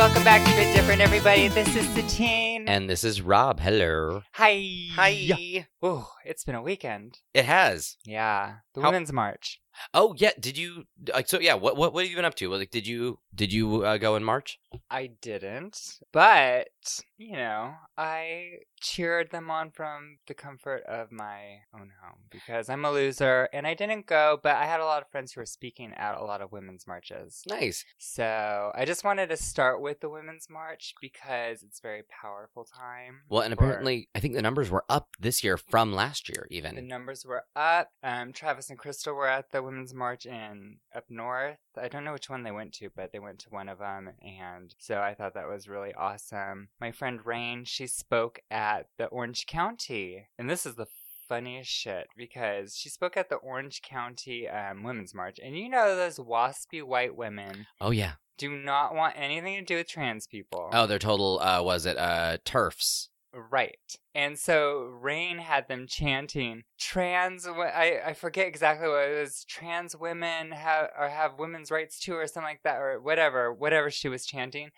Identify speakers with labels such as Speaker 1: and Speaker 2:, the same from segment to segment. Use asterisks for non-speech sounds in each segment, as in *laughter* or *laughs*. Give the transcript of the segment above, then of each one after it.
Speaker 1: Welcome back to Bit Different, everybody. This is Satine.
Speaker 2: And this is Rob. Hello.
Speaker 1: Hi.
Speaker 2: Hi.
Speaker 1: Ooh, it's been a weekend.
Speaker 2: It has.
Speaker 1: Yeah. The
Speaker 2: How-
Speaker 1: Women's March.
Speaker 2: Oh yeah. Did you? Like, so yeah. What what what have you been up to? Like, did you did you uh, go in March?
Speaker 1: I didn't, but, you know, I cheered them on from the comfort of my own home because I'm a loser and I didn't go, but I had a lot of friends who were speaking at a lot of Women's Marches.
Speaker 2: Nice.
Speaker 1: So I just wanted to start with the Women's March because it's a very powerful time.
Speaker 2: Well, and
Speaker 1: for-
Speaker 2: apparently, I think the numbers were up this year from last year, even.
Speaker 1: The numbers were up. Um, Travis and Crystal were at the Women's March in up north. I don't know which one they went to, but they went to one of them, and so I thought that was really awesome. My friend Rain, she spoke at the Orange County, and this is the funniest shit because she spoke at the Orange County um, Women's March, and you know those waspy white women
Speaker 2: oh yeah.
Speaker 1: do not want anything to do with trans people.
Speaker 2: Oh, their total uh, was it uh, turfs?
Speaker 1: Right. And so Rain had them chanting trans wo- I I forget exactly what it was trans women have or have women's rights too or something like that or whatever whatever she was chanting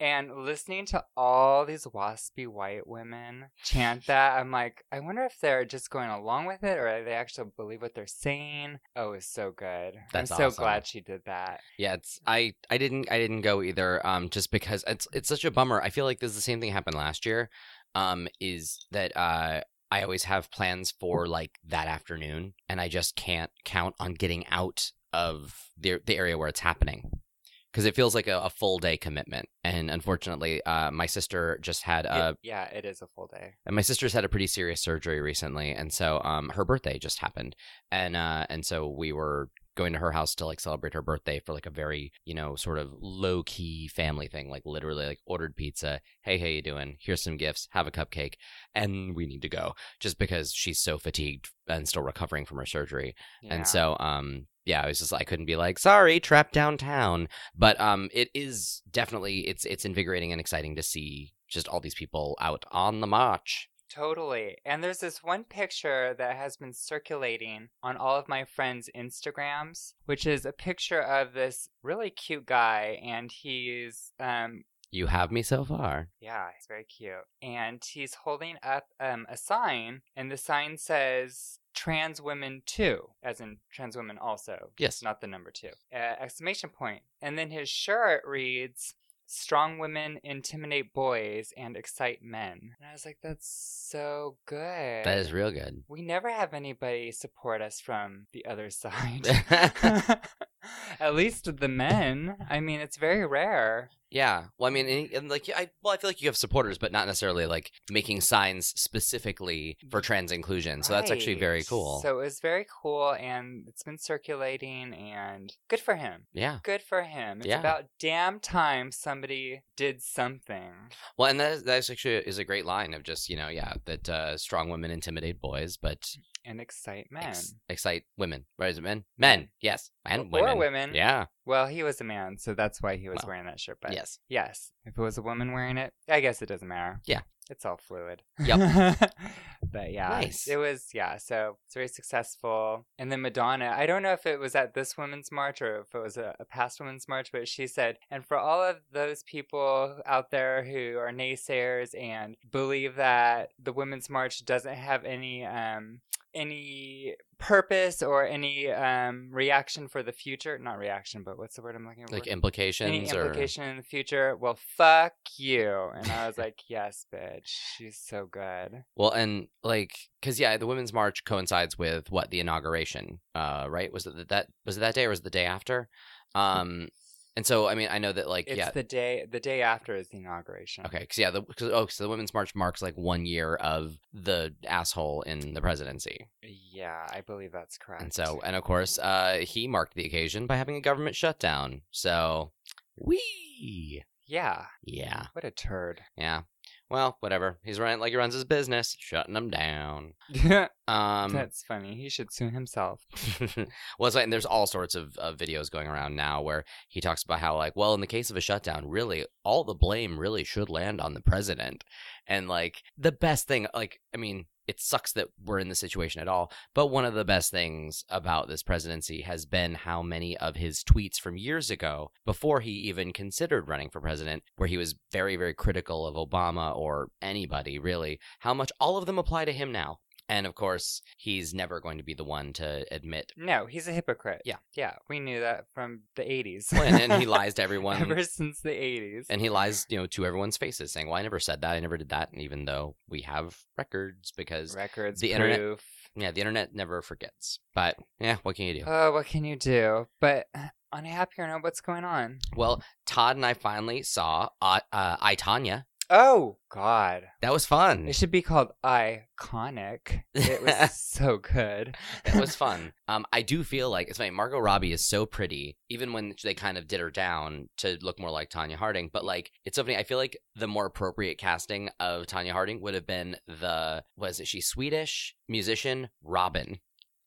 Speaker 1: and listening to all these waspy white women
Speaker 2: *sighs*
Speaker 1: chant that I'm like I wonder if they're just going along with it or they actually believe what they're saying. Oh, it's so good.
Speaker 2: That's
Speaker 1: I'm so
Speaker 2: awesome.
Speaker 1: glad she did that.
Speaker 2: Yeah, it's I I didn't I didn't go either. Um, just because it's it's such a bummer. I feel like this is the same thing happened last year. Um, is that uh I always have plans for like that afternoon, and I just can't count on getting out of the the area where it's happening because it feels like a, a full day commitment. And unfortunately, uh, my sister just had a
Speaker 1: It- yeah, it is a full day.
Speaker 2: and my sister's had a pretty serious surgery recently, and so um her birthday just happened, and uh and so we were going to her house to like celebrate her birthday for like a very you know sort of low key family thing, like literally like ordered pizza. Hey, how you doing? Here's some gifts. Have a cupcake, and we need to go just because she's so fatigued and still recovering from her surgery.
Speaker 1: Yeah.
Speaker 2: And so, um, yeah, I was just I couldn't be like, sorry, trapped downtown. But um, it is definitely it's it's invigorating and exciting to see just all these people out on the march.
Speaker 1: Totally. And there's this one picture that has been circulating on all of my friends' Instagrams, which is a picture of this really cute guy, and he's um
Speaker 2: You have me so far.
Speaker 1: yeah, he's very cute. And he's holding up um a sign, and the sign says trans women too, as in trans women also,
Speaker 2: Yes.
Speaker 1: not the number two. Uh, exclamation point. And then his shirt reads, Strong women intimidate boys and excite men. And I was like, that's so good.
Speaker 2: That is real good.
Speaker 1: We never have anybody support us from the other *laughs*
Speaker 2: *laughs*
Speaker 1: side. At least the men. I mean, it's very rare.
Speaker 2: Yeah. Well, I mean, and, and like, I well, I feel like you have supporters, but not necessarily like making signs specifically for trans inclusion. So that's actually very
Speaker 1: Right.
Speaker 2: cool.
Speaker 1: So it was very cool, and it's been circulating, and good for him.
Speaker 2: yeah.
Speaker 1: Good for him. It's
Speaker 2: Yeah.
Speaker 1: about damn time somebody did something.
Speaker 2: Well, and that is, that is actually is a great line of just you know yeah that uh, strong women intimidate boys, but
Speaker 1: And excite men.
Speaker 2: ex- excite women. Right? Is it men? Men. Yes. And
Speaker 1: Or- or
Speaker 2: women.
Speaker 1: women.
Speaker 2: Yeah.
Speaker 1: Well, he was a man, so that's why he was
Speaker 2: Well,
Speaker 1: wearing that shirt. But
Speaker 2: yes.
Speaker 1: Yes. If it was a woman wearing it, I guess it doesn't matter.
Speaker 2: Yeah.
Speaker 1: It's all fluid.
Speaker 2: Yep.
Speaker 1: *laughs* but yeah.
Speaker 2: Nice.
Speaker 1: It was yeah, so it's very successful. And then Madonna, I don't know if it was at this women's march or if it was a, a past women's march, but she said, and for all of those people out there who are naysayers and believe that the women's march doesn't have any um any purpose or any um reaction for the future not reaction but what's the word i'm looking for
Speaker 2: Like implications
Speaker 1: any
Speaker 2: or
Speaker 1: implication in the future? Well, fuck you. And I was like, yes, bitch. She's so good.
Speaker 2: well, and like because yeah, the women's march coincides with what the inauguration, uh, right? Was it that, that was it that day or was it the day after? Um, and so I mean I know that like
Speaker 1: It's
Speaker 2: yeah.
Speaker 1: the day. The day after is the inauguration.
Speaker 2: Okay, because yeah, the, cause, oh, so the Women's March marks like one year of the asshole in the presidency,
Speaker 1: Yeah, I believe that's correct.
Speaker 2: and so and of course, uh, he marked the occasion by having a government shutdown. So, we,
Speaker 1: yeah,
Speaker 2: yeah.
Speaker 1: what a turd. *laughs*
Speaker 2: Yeah. Well, whatever. He's running like he runs his business, shutting them down. Um,
Speaker 1: that's funny. He should sue himself.
Speaker 2: *laughs* well, it's like, and there's all sorts of, of videos going around now where he talks about how, like, well, in the case of a shutdown, really, all the blame really should land on the president. And, like, the best thing, like, I mean, it sucks that we're in this situation at all. But one of the best things about this presidency has been how many of his tweets from years ago, before he even considered running for president, where he was very, very critical of Obama or anybody really, how much all of them apply to him now. And of course, he's never going to be the one to admit.
Speaker 1: No, he's a hypocrite.
Speaker 2: Yeah.
Speaker 1: Yeah. We knew that from the 80s.
Speaker 2: Well, and, and he lies to
Speaker 1: *laughs*
Speaker 2: everyone.
Speaker 1: Ever since the 80s.
Speaker 2: and he lies, you know, to everyone's faces, saying, "Well, I never said that. I never did that." And even though we have records, because
Speaker 1: Records,
Speaker 2: the
Speaker 1: the
Speaker 2: internet-
Speaker 1: proof.
Speaker 2: yeah, the internet never forgets. But yeah, what can you do?
Speaker 1: Oh, what can you do? But *sighs* on a happier note, what's going on?
Speaker 2: Well, Todd and I finally saw uh, uh, I Tanya.
Speaker 1: Oh, God.
Speaker 2: That was fun.
Speaker 1: It should be called Iconic. It was
Speaker 2: *laughs*
Speaker 1: so good. *laughs*
Speaker 2: That was fun. Um, I do feel like it's funny. Margot Robbie is so pretty, even when they kind of did her down to look more like Tanya Harding. But like, it's so funny. I feel like the more appropriate casting of Tanya Harding would have been the was it she Swedish musician Robin,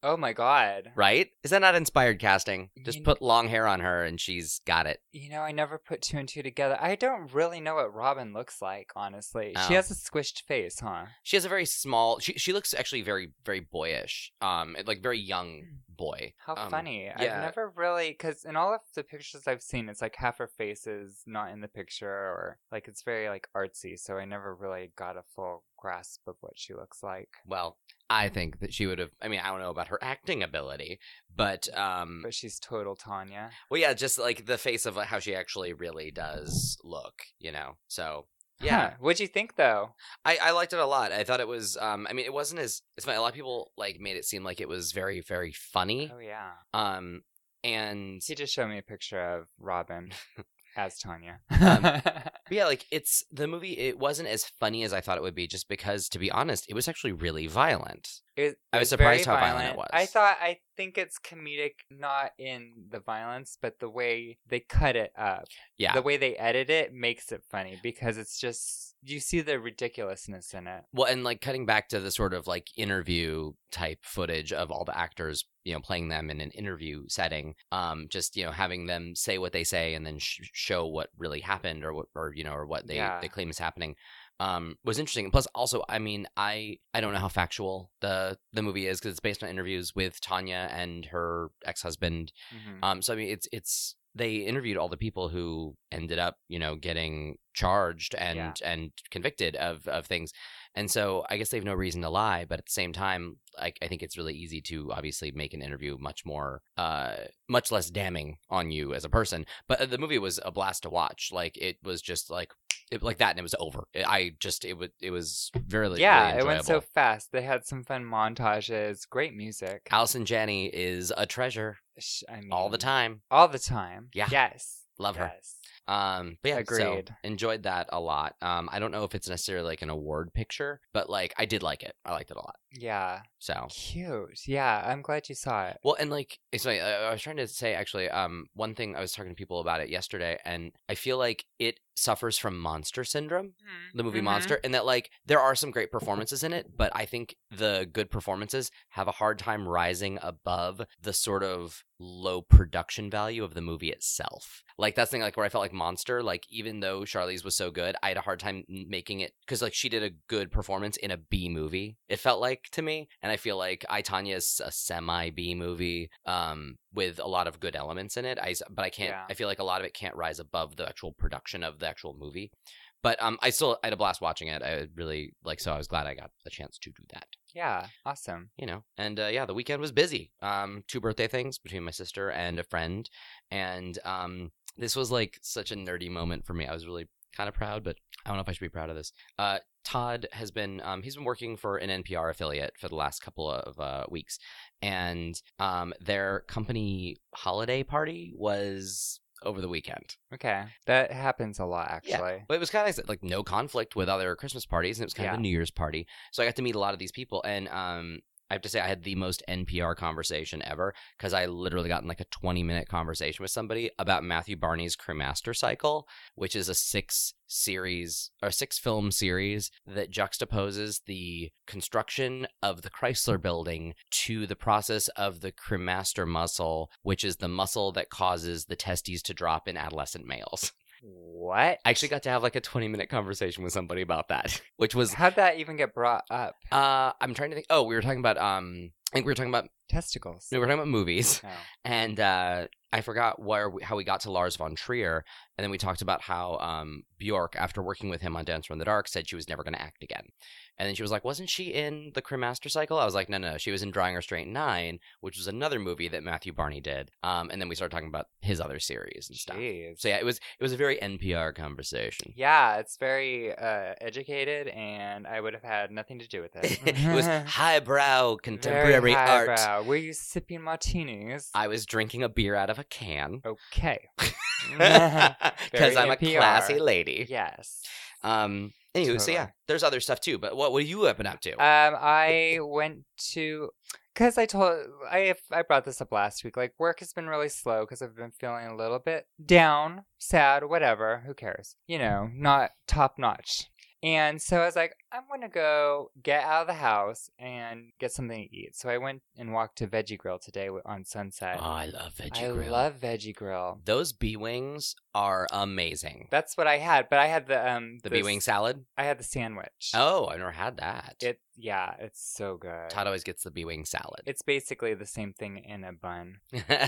Speaker 1: Oh, my God.
Speaker 2: right? Is that not inspired casting? Just
Speaker 1: You-
Speaker 2: put long hair on her and she's got it.
Speaker 1: You know, I never put two and two together. I don't really know what Robin looks like, honestly.
Speaker 2: Oh.
Speaker 1: She has a squished face, huh?
Speaker 2: She has a very small. She she looks actually very very boyish. Um, like very young boy.
Speaker 1: Hmm. How
Speaker 2: Um,
Speaker 1: funny.
Speaker 2: yeah.
Speaker 1: I've never really, because in all of the pictures I've seen, it's like half her face is not in the picture or like it's very like artsy. So I never really got a full grasp of what she looks like.
Speaker 2: Well, I think that she would have. I mean, I don't know about her acting ability, but um,
Speaker 1: But she's total Tanya.
Speaker 2: well, yeah, just like the face of like, how she actually really does look, you know. So yeah,
Speaker 1: Huh. What'd you think though?
Speaker 2: I, I liked it a lot. I thought it was. Um, I mean, it wasn't as. It's funny. A lot of people like made it seem like it was very very funny.
Speaker 1: Oh, yeah.
Speaker 2: Um, and
Speaker 1: She just showed me a picture of
Speaker 2: *laughs*
Speaker 1: Robin as Tanya. Um,
Speaker 2: but yeah, like it's the movie. It wasn't as funny as I thought it would be, just because to be honest, it was actually really violent.
Speaker 1: It was,
Speaker 2: I
Speaker 1: it
Speaker 2: was
Speaker 1: very
Speaker 2: surprised how violent it
Speaker 1: I
Speaker 2: was.
Speaker 1: thought I think it's comedic, not in the violence, but the way they cut it up.
Speaker 2: Yeah.
Speaker 1: the way they edit it makes it funny because it's just you see the ridiculousness in it.
Speaker 2: Well, and like cutting back to the sort of like interview type footage of all the actors, you know, playing them in an interview setting, um, just you know, having them say what they say and then sh- show what really happened or what or you know or what they
Speaker 1: Yeah.
Speaker 2: they claim is happening, um, was interesting. And plus, also, I mean, I I don't know how factual the the movie is because it's based on interviews with Tanya and her ex husband,
Speaker 1: Mhm.
Speaker 2: um, so I mean, it's it's they interviewed all the people who ended up, you know, getting charged and
Speaker 1: Yeah.
Speaker 2: and convicted of of things, and so I guess they have no reason to lie. But at the same time, like I think it's really easy to obviously make an interview much more, uh, much less damning on you as a person. But uh, the movie was a blast to watch. Like it was just like. It, like that, and it was over. I just it was it was very
Speaker 1: yeah,
Speaker 2: really
Speaker 1: it went so
Speaker 2: enjoyable.
Speaker 1: fast. They had some fun montages, great music.
Speaker 2: Allison Janney is a treasure
Speaker 1: Sh- I mean,
Speaker 2: all the time.
Speaker 1: All the time.
Speaker 2: Yeah.
Speaker 1: Yes.
Speaker 2: Love her.
Speaker 1: Yes.
Speaker 2: Um, but yeah, So
Speaker 1: Agreed.
Speaker 2: enjoyed that a lot. Um, I don't know if it's necessarily like an award picture, but like I did like it. I liked it a lot.
Speaker 1: Yeah.
Speaker 2: So
Speaker 1: Cute. Yeah. I'm glad you saw it.
Speaker 2: well, and like it's funny. I I was trying to say actually, um, one thing I was talking to people about it yesterday, and I feel like it suffers from monster syndrome. The movie
Speaker 1: Mhm.
Speaker 2: Monster, and that like there are some great performances in it, but I think the good performances have a hard time rising above the sort of low production value of the movie itself. Like that's the thing, like where I felt like Monster, like even though Charlize was so good, I had a hard time n- making it because like she did a good performance in a B movie. It felt like to me, and I feel like I Tanya is a semi B movie, um, with a lot of good elements in it. I s- but I can't.
Speaker 1: Yeah.
Speaker 2: I feel like a lot of it can't rise above the actual production of the actual movie. But um, I still I had a blast watching it. I really like, so I was glad I got a chance to do that.
Speaker 1: Yeah. Awesome.
Speaker 2: You know, and uh, yeah, the weekend was busy. Um, two birthday things between my sister and a friend, and um, this was like such a nerdy moment for me. I was really kind of proud, but I don't know if I should be proud of this. Uh, Todd has been um, he's been working for an NPR affiliate for the last couple of uh, weeks, and um, their company holiday party was over the weekend.
Speaker 1: Okay. That happens a lot,
Speaker 2: Yeah.
Speaker 1: actually.
Speaker 2: But it was kind of nice, like no conflict with other Christmas parties, and it was kind of
Speaker 1: Yeah.
Speaker 2: a New Year's party. So I got to meet a lot of these people, and um, I have to say I had the most NPR conversation ever because I literally got in like a twenty minute conversation with somebody about Matthew Barney's Cremaster Cycle, which is a six series or six film series that juxtaposes the construction of the Chrysler Building to the process of the cremaster muscle, which is the muscle that causes the testes to drop in adolescent males.
Speaker 1: what?
Speaker 2: I actually got to have like a 20 minute conversation with somebody about that, *laughs* which was
Speaker 1: How'd that even get brought up?
Speaker 2: uh I'm trying to think. Oh, we were talking about um I think we were talking about
Speaker 1: Testicles.
Speaker 2: no, we were talking about movies, *laughs*
Speaker 1: Oh.
Speaker 2: and uh I forgot where we, how we got to Lars von Trier, and then we talked about how um Bjork, after working with him on Dancer in the Dark, said she was never going to act again, and then she was like, "Wasn't she in the Crim Master Cycle?" I was like, "No, no, she was in Drawing Her Straight Nine, which was another movie that Matthew Barney did." Um, and then we started talking about his other series and stuff.
Speaker 1: Jeez.
Speaker 2: So yeah, it was it was a very NPR conversation.
Speaker 1: Yeah, it's very uh, educated, and I would have had nothing to do with it.
Speaker 2: *laughs*
Speaker 1: *laughs*
Speaker 2: it was highbrow
Speaker 1: Very
Speaker 2: contemporary art.
Speaker 1: highbrow. Were you sipping martinis?
Speaker 2: I was drinking a beer out of a
Speaker 1: *laughs*
Speaker 2: can *laughs*
Speaker 1: okay.
Speaker 2: because I'm a
Speaker 1: NPR.
Speaker 2: classy lady.
Speaker 1: yes.
Speaker 2: Um. Anywho, so
Speaker 1: Totally.
Speaker 2: yeah, there's other stuff too. But what what have you have been up to?
Speaker 1: Um, I went to because I told I I brought this up last week. Like work has been really slow because I've been feeling a little bit down, sad, whatever. Who cares? You know, not top notch. And so I was like, I'm gonna go get out of the house and get something to eat. So I went and walked to Veggie Grill today wi- on Sunset.
Speaker 2: oh, I love veggie
Speaker 1: I
Speaker 2: grill.
Speaker 1: love Veggie Grill.
Speaker 2: Those bee wings are amazing.
Speaker 1: That's what I had, but I had the um
Speaker 2: The
Speaker 1: this-
Speaker 2: bee wing salad.
Speaker 1: I had the sandwich.
Speaker 2: Oh, I've never had that.
Speaker 1: it yeah, it's so good.
Speaker 2: Todd always gets the bee wing salad.
Speaker 1: It's basically the same thing in a bun.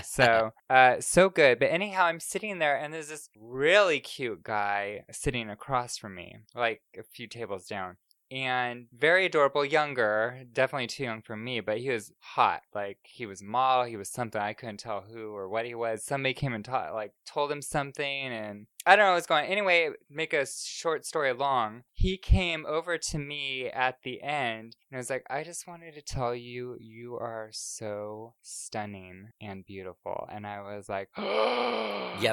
Speaker 1: So, uh, so good. But anyhow, I'm sitting there, and there's this really cute guy sitting across from me, like a few tables down, and very adorable, younger, definitely too young for me, but he was hot. Like he was model, he was something I couldn't tell who or what he was. Somebody came and taught, like told him something, and I don't know what's going. on. Anyway, make a short story long. He came over to me at the end and was like, "I just wanted to tell you, you are so stunning and beautiful." And I was like,
Speaker 2: *laughs*
Speaker 1: *gasps*
Speaker 2: yeah,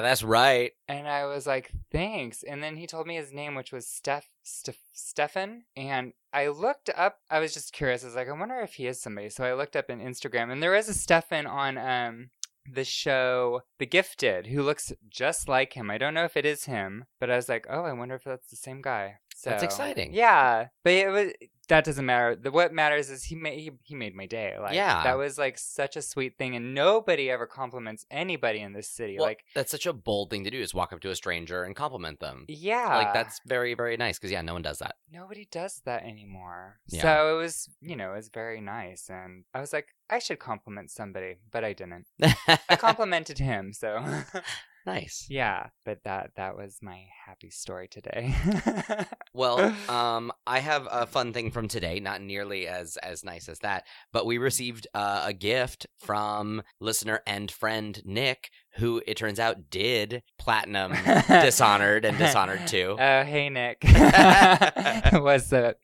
Speaker 1: *laughs*
Speaker 2: that's right.
Speaker 1: and I was like, thanks. And then he told me his name, which was Steph, Steph Stefan. And I looked up, I was just curious. I was like, I wonder if he is somebody. So I looked up in Instagram, and there is a Stefan on um, the show The Gifted who looks just like him. I don't know if it is him, but I was like, oh, I wonder if that's the same guy. So,
Speaker 2: That's exciting.
Speaker 1: Yeah. But it was. That doesn't matter. The, what matters is he made he, he made my day. Like
Speaker 2: Yeah.
Speaker 1: that was like such a sweet thing, and nobody ever compliments anybody in this city.
Speaker 2: Well,
Speaker 1: like
Speaker 2: that's such a bold thing to do is walk up to a stranger and compliment them.
Speaker 1: yeah,
Speaker 2: Like that's very very nice because yeah, no one does that.
Speaker 1: nobody does that anymore.
Speaker 2: Yeah.
Speaker 1: So it was, you know, it was very nice. And I was like, I should compliment somebody, but I didn't. I complimented him. So
Speaker 2: *laughs* nice.
Speaker 1: yeah, but that, that was my happy story today.
Speaker 2: Well,
Speaker 1: *laughs*
Speaker 2: um, I have a fun thing from today. Not nearly as as nice as that, but we received uh, a gift from listener and friend Nick, who it turns out did
Speaker 1: *laughs*
Speaker 2: platinum Dishonored and Dishonored Two.
Speaker 1: Oh, hey,
Speaker 2: *laughs*
Speaker 1: Nick. *laughs* What's up?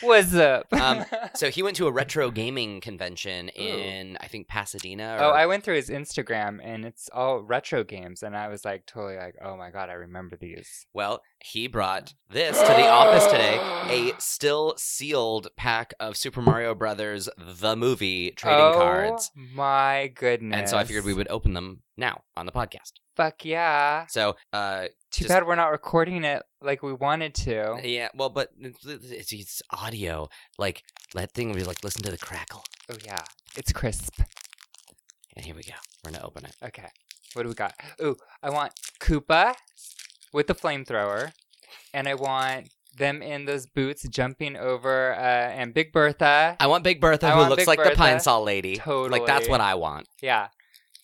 Speaker 1: What's up? *laughs*
Speaker 2: Um, So he went to a retro gaming convention in I think Pasadena. Or,
Speaker 1: Oh, I went through his Instagram and it's all retro games, and I was like totally like, oh my god, I remember these.
Speaker 2: Well, he brought this to the office today,
Speaker 1: *gasps*
Speaker 2: a still sealed pack of Super Mario Brothers the movie trading
Speaker 1: oh,
Speaker 2: cards.
Speaker 1: My goodness.
Speaker 2: And so I figured we would open them now on the podcast.
Speaker 1: Fuck yeah.
Speaker 2: So, uh,
Speaker 1: Too
Speaker 2: Just-
Speaker 1: bad we're not recording it like we wanted to.
Speaker 2: yeah, well, but it's, it's- it's audio. Like, that thing would be like, listen to the crackle.
Speaker 1: Oh yeah, it's crisp.
Speaker 2: And here we go. We're going to open it.
Speaker 1: Okay, what do we got? Ooh, I want Koopa with the flamethrower, and I want them in those boots jumping over, uh, and Big Bertha.
Speaker 2: I want Big Bertha,
Speaker 1: I
Speaker 2: who
Speaker 1: want
Speaker 2: looks
Speaker 1: Big
Speaker 2: like the
Speaker 1: Bertha.
Speaker 2: Pine Saw Lady. Like, that's
Speaker 1: Totally.
Speaker 2: what I want.
Speaker 1: Yeah.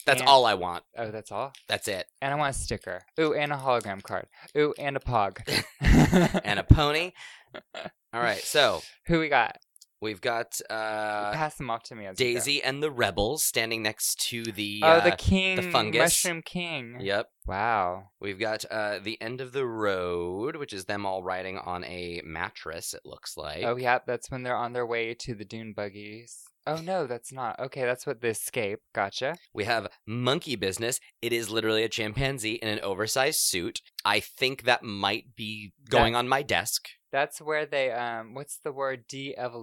Speaker 2: That's
Speaker 1: And-
Speaker 2: all I want.
Speaker 1: Oh, that's all.
Speaker 2: That's it.
Speaker 1: And I want a sticker. Ooh, and a hologram card. Ooh, and a pog.
Speaker 2: *laughs*
Speaker 1: *laughs*
Speaker 2: And a pony. all right. So,
Speaker 1: Who we got?
Speaker 2: we've got uh,
Speaker 1: Pass them off to me. As we go.
Speaker 2: Daisy and the Rebels standing next to the.
Speaker 1: Oh, the
Speaker 2: uh,
Speaker 1: king.
Speaker 2: fungus.
Speaker 1: Mushroom king.
Speaker 2: Yep.
Speaker 1: Wow.
Speaker 2: We've got uh, the end of the road, which is them all riding on a mattress. It looks like.
Speaker 1: Oh yeah, that's when they're on their way to the dune buggies. Oh no, that's not. Okay, that's what the escape. Gotcha.
Speaker 2: We have monkey business. It is literally a chimpanzee in an oversized suit. I think that might be going on my desk.
Speaker 1: That's where they um what's the word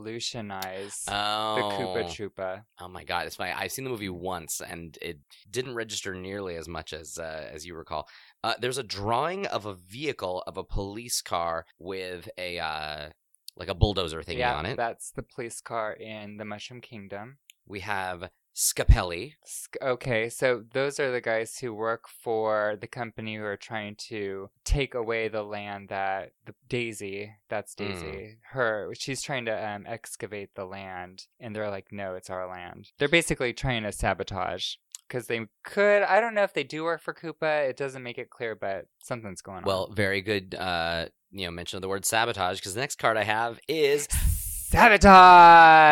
Speaker 1: de-evolutionize
Speaker 2: Oh,
Speaker 1: the Koopa Troopa.
Speaker 2: oh my god! It's funny. I've seen the movie once, and it didn't register nearly as much as uh, as you recall. Uh, there's a drawing of a vehicle of a police car with a uh, like a bulldozer thing
Speaker 1: yeah,
Speaker 2: on it.
Speaker 1: that's the police car in the Mushroom Kingdom.
Speaker 2: We have Scapelli.
Speaker 1: Sk- Okay, so those are the guys who work for the company who are trying to take away the land that the, Daisy, that's
Speaker 2: Mm.
Speaker 1: Daisy, her, she's trying to um, excavate the land, and they're like, no, it's our land. They're basically trying to sabotage because they could. I don't know if they do work for Koopa. It doesn't make it clear, but something's going on.
Speaker 2: Well, very good. Uh, you know, mention of the word sabotage because the next card I have is
Speaker 1: sabotage.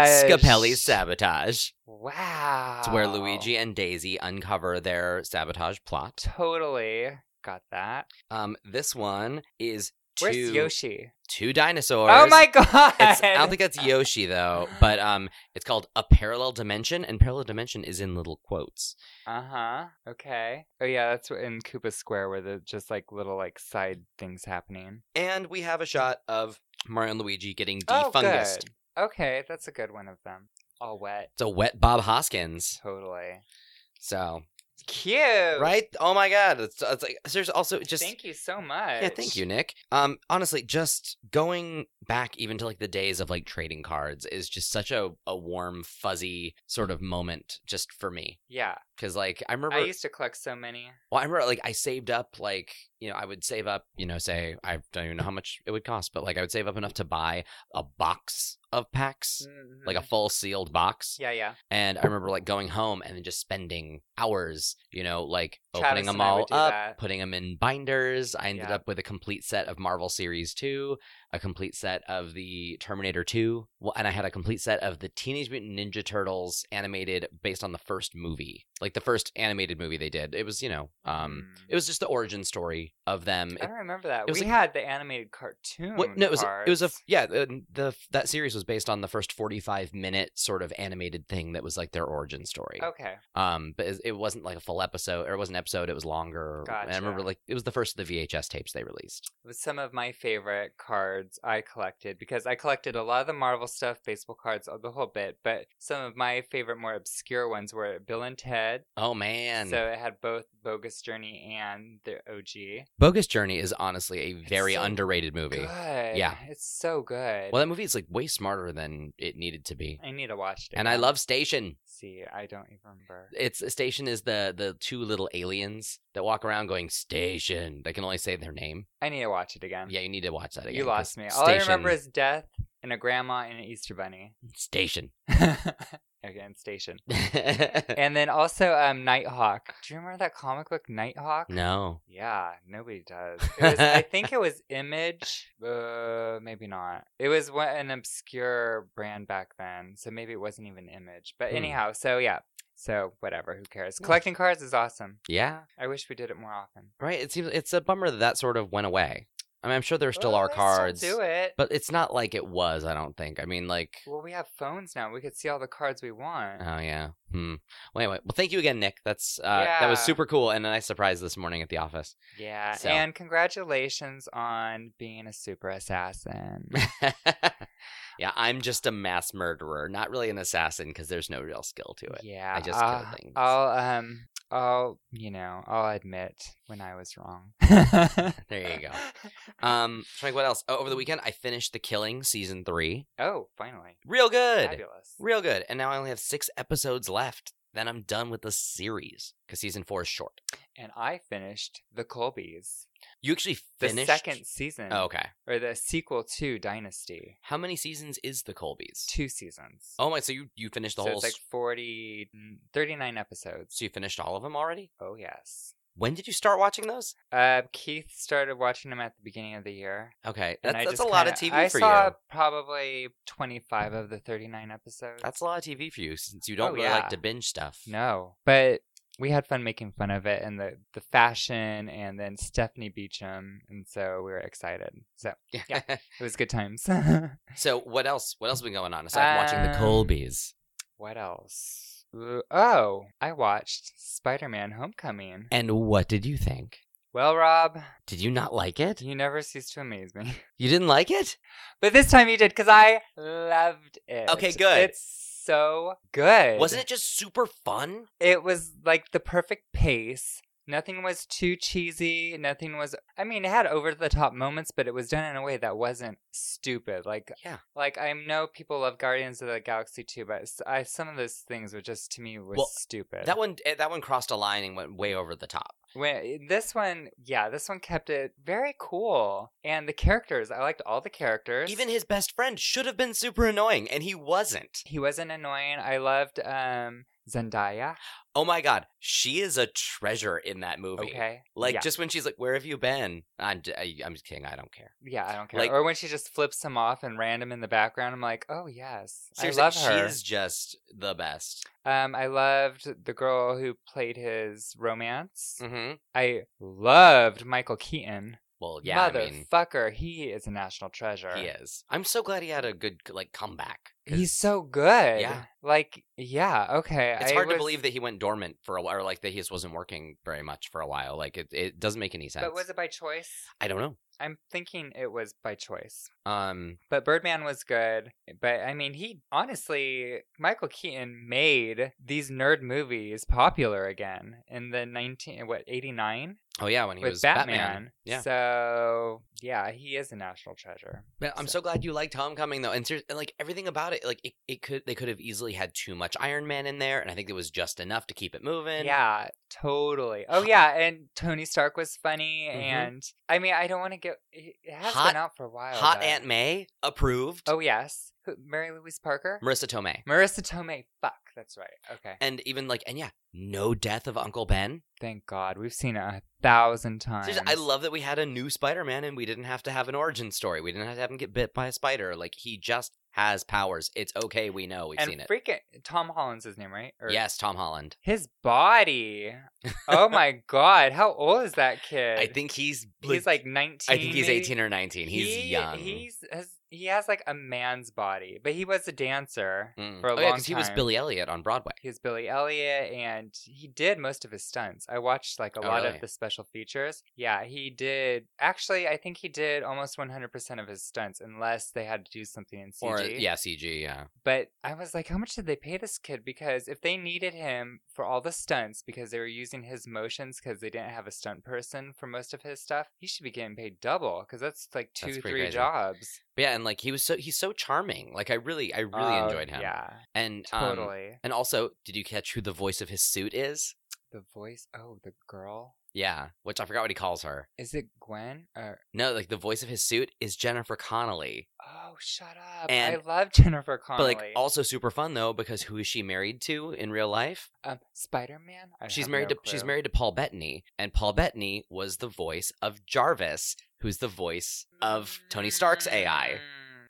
Speaker 2: Scapelli sabotage.
Speaker 1: Wow.
Speaker 2: It's where Luigi and Daisy uncover their sabotage plot.
Speaker 1: Totally got that.
Speaker 2: Um, this one is two
Speaker 1: Where's Yoshi?
Speaker 2: two dinosaurs.
Speaker 1: oh my god!
Speaker 2: It's, I don't think
Speaker 1: *laughs*
Speaker 2: that's Yoshi though, but um, it's called a parallel dimension, and parallel dimension is in little quotes.
Speaker 1: Uh huh. Okay. Oh yeah, that's wh- in Koopa Square where the just like little like side things happening.
Speaker 2: And we have a shot of Mario and Luigi getting
Speaker 1: Oh,
Speaker 2: defungused.
Speaker 1: good. Okay, that's a good one of them. All wet.
Speaker 2: it's a wet Bob Hoskins.
Speaker 1: Totally.
Speaker 2: So
Speaker 1: Cute.
Speaker 2: right, oh my god, it's, it's like there's also just
Speaker 1: Thank you so much.
Speaker 2: Yeah, thank you, Nick. Um, honestly, just going back even to like the days of like trading cards is just such a, a warm, fuzzy sort of moment just for me.
Speaker 1: Yeah,
Speaker 2: Cause like I remember,
Speaker 1: I used to collect so many.
Speaker 2: well, I remember like I saved up like you know I would save up you know say I don't even know how much it would cost, but like I would save up enough to buy a box of packs, like a
Speaker 1: Mhm.
Speaker 2: full sealed box.
Speaker 1: yeah, yeah.
Speaker 2: And I remember like going home and then just spending hours, you know, like
Speaker 1: Travis
Speaker 2: opening them
Speaker 1: and I
Speaker 2: all
Speaker 1: would do
Speaker 2: up,
Speaker 1: that.
Speaker 2: putting them in binders. I ended
Speaker 1: Yeah.
Speaker 2: up with a complete set of Marvel Series 2, a complete set of the Terminator 2, well, and I had a complete set of the Teenage Mutant Ninja Turtles animated based on the first movie, like the first animated movie they did. It was, you know, um,
Speaker 1: Mm.
Speaker 2: it was just the origin story of them.
Speaker 1: I
Speaker 2: It-
Speaker 1: don't remember that.
Speaker 2: it was
Speaker 1: We
Speaker 2: like-
Speaker 1: had the animated cartoon.
Speaker 2: what, no, it was it was a
Speaker 1: cards.
Speaker 2: yeah. The, the that series was based on the first forty five minute sort of animated thing that was like their origin story.
Speaker 1: Okay.
Speaker 2: Um, but it- it wasn't like a full episode, or it wasn't an episode. It was longer. And I remember
Speaker 1: Gotcha.
Speaker 2: like it was the first of the VHS tapes they released.
Speaker 1: was some of my favorite cards I collected because I collected a lot of the Marvel stuff, baseball cards, uh, the whole bit. But some of my favorite, more obscure ones were Bill and Ted.
Speaker 2: Oh man,
Speaker 1: so it had both Bogus Journey and the OG.
Speaker 2: Bogus Journey is honestly a very
Speaker 1: so
Speaker 2: underrated movie.
Speaker 1: Good.
Speaker 2: Yeah.
Speaker 1: it's so good.
Speaker 2: Well, that movie is like way smarter than it needed to be,
Speaker 1: I need to watch it.
Speaker 2: and I
Speaker 1: again.
Speaker 2: love Station.
Speaker 1: See, I don't even remember.
Speaker 2: It's Station is the the two little aliens that walk around going Station. They can only say their name.
Speaker 1: I need to watch it again.
Speaker 2: Yeah, you need to watch that again.
Speaker 1: you
Speaker 2: 'cause
Speaker 1: lost me. All I
Speaker 2: Station,
Speaker 1: remember is death and a grandma and an Easter bunny.
Speaker 2: Station. *laughs*
Speaker 1: *laughs*
Speaker 2: Mm.
Speaker 1: Again, station. And then also um, Nighthawk. Do you remember that comic book, Nighthawk?
Speaker 2: no,
Speaker 1: Yeah, nobody does. It was, I
Speaker 2: *laughs*
Speaker 1: think it was Image. Uh, maybe not. It was one, an obscure brand back then, so maybe it wasn't even Image. But
Speaker 2: Hmm.
Speaker 1: anyhow, so yeah. So whatever, who cares? Collecting cards is awesome.
Speaker 2: yeah.
Speaker 1: I wish we did it more often.
Speaker 2: Right. It seems it's a bummer that that sort of went away. I mean, I'm sure there still
Speaker 1: Well,
Speaker 2: are
Speaker 1: they
Speaker 2: cards,
Speaker 1: do it.
Speaker 2: but it's not like it was. I don't think. I mean, like,
Speaker 1: well, we have phones now. We could see all the cards we want.
Speaker 2: oh yeah. Hmm. Well, anyway, well, thank you again, Nick. That's uh, that was
Speaker 1: Yeah.
Speaker 2: super cool and a nice surprise this morning at the office. *laughs*
Speaker 1: yeah.
Speaker 2: So.
Speaker 1: And congratulations on being a super assassin.
Speaker 2: yeah, I'm just a mass murderer, not really an assassin because there's no real skill to it.
Speaker 1: Yeah,
Speaker 2: just kill
Speaker 1: uh,
Speaker 2: things.
Speaker 1: I'll um, I'll you know, I'll admit when I was wrong.
Speaker 2: There you go. Um, Frank, what else? Oh,
Speaker 1: Mm.
Speaker 2: over the weekend, I finished The Killing season three.
Speaker 1: *laughs* Oh, finally,
Speaker 2: Real good.
Speaker 1: fabulous.
Speaker 2: Real good. And now I only have six episodes left. Then I'm done with the series because season four is short.
Speaker 1: And I finished the Colbys,
Speaker 2: You actually
Speaker 1: the
Speaker 2: finished
Speaker 1: second season,
Speaker 2: Oh, okay.
Speaker 1: or the sequel to Dynasty,
Speaker 2: How many seasons is the Colbys?
Speaker 1: two seasons.
Speaker 2: Oh my! So you you finished the
Speaker 1: so
Speaker 2: whole.
Speaker 1: it's like
Speaker 2: s-
Speaker 1: 40, 39 episodes.
Speaker 2: so you finished all of them already?
Speaker 1: Oh yes.
Speaker 2: When did you start watching those?
Speaker 1: Uh, Keith started watching them at the beginning of the year.
Speaker 2: Okay,
Speaker 1: and I
Speaker 2: that's, that's a
Speaker 1: just
Speaker 2: lot of TV
Speaker 1: kinda- I
Speaker 2: for
Speaker 1: saw
Speaker 2: you.
Speaker 1: probably twenty five of the thirty nine episodes.
Speaker 2: That's a lot of TV for you since you don't
Speaker 1: Oh,
Speaker 2: really like
Speaker 1: yeah.
Speaker 2: to binge stuff. *laughs*
Speaker 1: No, but we had fun making fun of it and the the fashion and then Stephanie Beacham, and so we were excited. So
Speaker 2: *laughs*
Speaker 1: yeah. it was good times. *laughs*
Speaker 2: so what else? What else has been going on aside from watching the
Speaker 1: Um,
Speaker 2: Colbys?
Speaker 1: what else? Ooh, Oh, I watched Spider Man Homecoming.
Speaker 2: And what did you think?
Speaker 1: Well, Rob,
Speaker 2: Did you not like it?
Speaker 1: you never cease to amaze me. *laughs*
Speaker 2: You didn't like it?
Speaker 1: But this time you did because I loved it.
Speaker 2: Okay, good.
Speaker 1: It's so good.
Speaker 2: Wasn't it just super fun?
Speaker 1: It was like the perfect pace. Nothing was too cheesy. Nothing was. I mean, it had over the top moments, but it was done in a way that wasn't stupid. Like,
Speaker 2: Yeah.
Speaker 1: like I know people love Guardians of the Galaxy too, but s- I, some of those things were just to me was
Speaker 2: Well,
Speaker 1: stupid.
Speaker 2: That one eh, that one crossed a line and went way over the top.
Speaker 1: When, this one, yeah, this one kept it very cool, and the characters. I liked all the characters.
Speaker 2: Even his best friend should have been super annoying, and he wasn't.
Speaker 1: he wasn't annoying. I loved um Zendaya.
Speaker 2: Oh my god, she is a treasure in that movie.
Speaker 1: Okay,
Speaker 2: Oh, Like
Speaker 1: yeah.
Speaker 2: just when she's like, "Where have you been?" I'm j- I, I'm just kidding. I don't care.
Speaker 1: Yeah, I don't care.
Speaker 2: Like-
Speaker 1: or when she just flips him off and random in the background, I'm like, oh yes,
Speaker 2: Seriously,
Speaker 1: I love her.
Speaker 2: She's just the best.
Speaker 1: Um, I loved the girl who played his romance.
Speaker 2: Mm-hmm.
Speaker 1: I loved Michael Keaton.
Speaker 2: Well, yeah, I mean,
Speaker 1: motherfucker, he is a national treasure.
Speaker 2: he is. I'm so glad he had a good like comeback. 'cause
Speaker 1: He's so good.
Speaker 2: Yeah.
Speaker 1: Like, yeah, okay.
Speaker 2: It's
Speaker 1: I
Speaker 2: hard to
Speaker 1: was-
Speaker 2: believe that he went dormant for a while, or like that he just wasn't working very much for a while. Like it, it doesn't make any sense.
Speaker 1: But was it by choice?
Speaker 2: I don't know.
Speaker 1: I'm thinking it was by choice.
Speaker 2: Um,
Speaker 1: But Birdman was good. But I mean, he honestly, Michael Keaton made these nerd movies popular again in the 19, what, 89?
Speaker 2: oh yeah, when he
Speaker 1: With
Speaker 2: was
Speaker 1: Batman.
Speaker 2: Yeah.
Speaker 1: So, yeah, he is a national treasure.
Speaker 2: But I'm so,
Speaker 1: So-
Speaker 2: glad you liked Homecoming though, and, ser- and like everything about it, like it, it could they could have easily had too much Iron Man in there, and I think it was just enough to keep it moving.
Speaker 1: yeah, totally. Oh, yeah. And Tony Stark was funny.
Speaker 2: Mhm.
Speaker 1: And I mean, I don't want to get, it it has
Speaker 2: Hot-
Speaker 1: been out for a while.
Speaker 2: Hot
Speaker 1: but-
Speaker 2: Aunt May approved.
Speaker 1: Oh, yes. Who- Mary Louise Parker?
Speaker 2: Marissa Tomei,
Speaker 1: Marissa Tomei. Fuck, that's right. Okay.
Speaker 2: and even like and yeah, no death of Uncle Ben.
Speaker 1: Thank God. We've seen it a thousand times.
Speaker 2: Seriously, I love that we had a new Spider-Man and we didn't have to have an origin story. We didn't have to have him get bit by a spider. Like he just has powers. It's okay. We know we've
Speaker 1: and
Speaker 2: seen it.
Speaker 1: freaking Tom Holland's his name, right? Or-
Speaker 2: Yes, Tom Holland.
Speaker 1: His body.
Speaker 2: *laughs*
Speaker 1: Oh my god, how old is that kid?
Speaker 2: I think he's
Speaker 1: he's like nineteen.
Speaker 2: I think he's
Speaker 1: maybe?
Speaker 2: eighteen or nineteen. He's
Speaker 1: He-
Speaker 2: young.
Speaker 1: He's has, he has like a man's body, but he was a dancer
Speaker 2: Mm.
Speaker 1: for a
Speaker 2: oh,
Speaker 1: long
Speaker 2: yeah, he was
Speaker 1: time.
Speaker 2: Billy Elliot on Broadway.
Speaker 1: He was Billy Elliot, and he did most of his stunts. I watched like a
Speaker 2: Oh,
Speaker 1: lot
Speaker 2: really?
Speaker 1: of the special features. Yeah, he did. Actually, I think he did almost one hundred percent of his stunts, unless they had to do something in CG.
Speaker 2: Or yeah, CG. Yeah.
Speaker 1: But I was like, how much did they pay this kid? Because if they needed him for all the stunts, because they were using his motions, because they didn't have a stunt person for most of his stuff, he should be getting paid double, because that's like two,
Speaker 2: That's pretty
Speaker 1: three
Speaker 2: crazy.
Speaker 1: jobs.
Speaker 2: But yeah, and like he was so he's so charming. Like I really I really
Speaker 1: Oh,
Speaker 2: enjoyed him.
Speaker 1: Yeah,
Speaker 2: And um,
Speaker 1: totally.
Speaker 2: and also, did you catch who the voice of his suit is?
Speaker 1: the voice. Oh, the girl.
Speaker 2: Yeah, which I forgot what he calls her.
Speaker 1: Is it Gwen or?
Speaker 2: No, like the voice of his suit is Jennifer Connelly.
Speaker 1: Oh, shut up! I
Speaker 2: And-
Speaker 1: love Jennifer Connelly.
Speaker 2: But like also super fun though because who is she married to in real life?
Speaker 1: um, Spider Man.
Speaker 2: she's married to she's married to Paul Bettany, and Paul Bettany was the voice of Jarvis, who's the voice of Tony Stark's AI.
Speaker 1: Mm,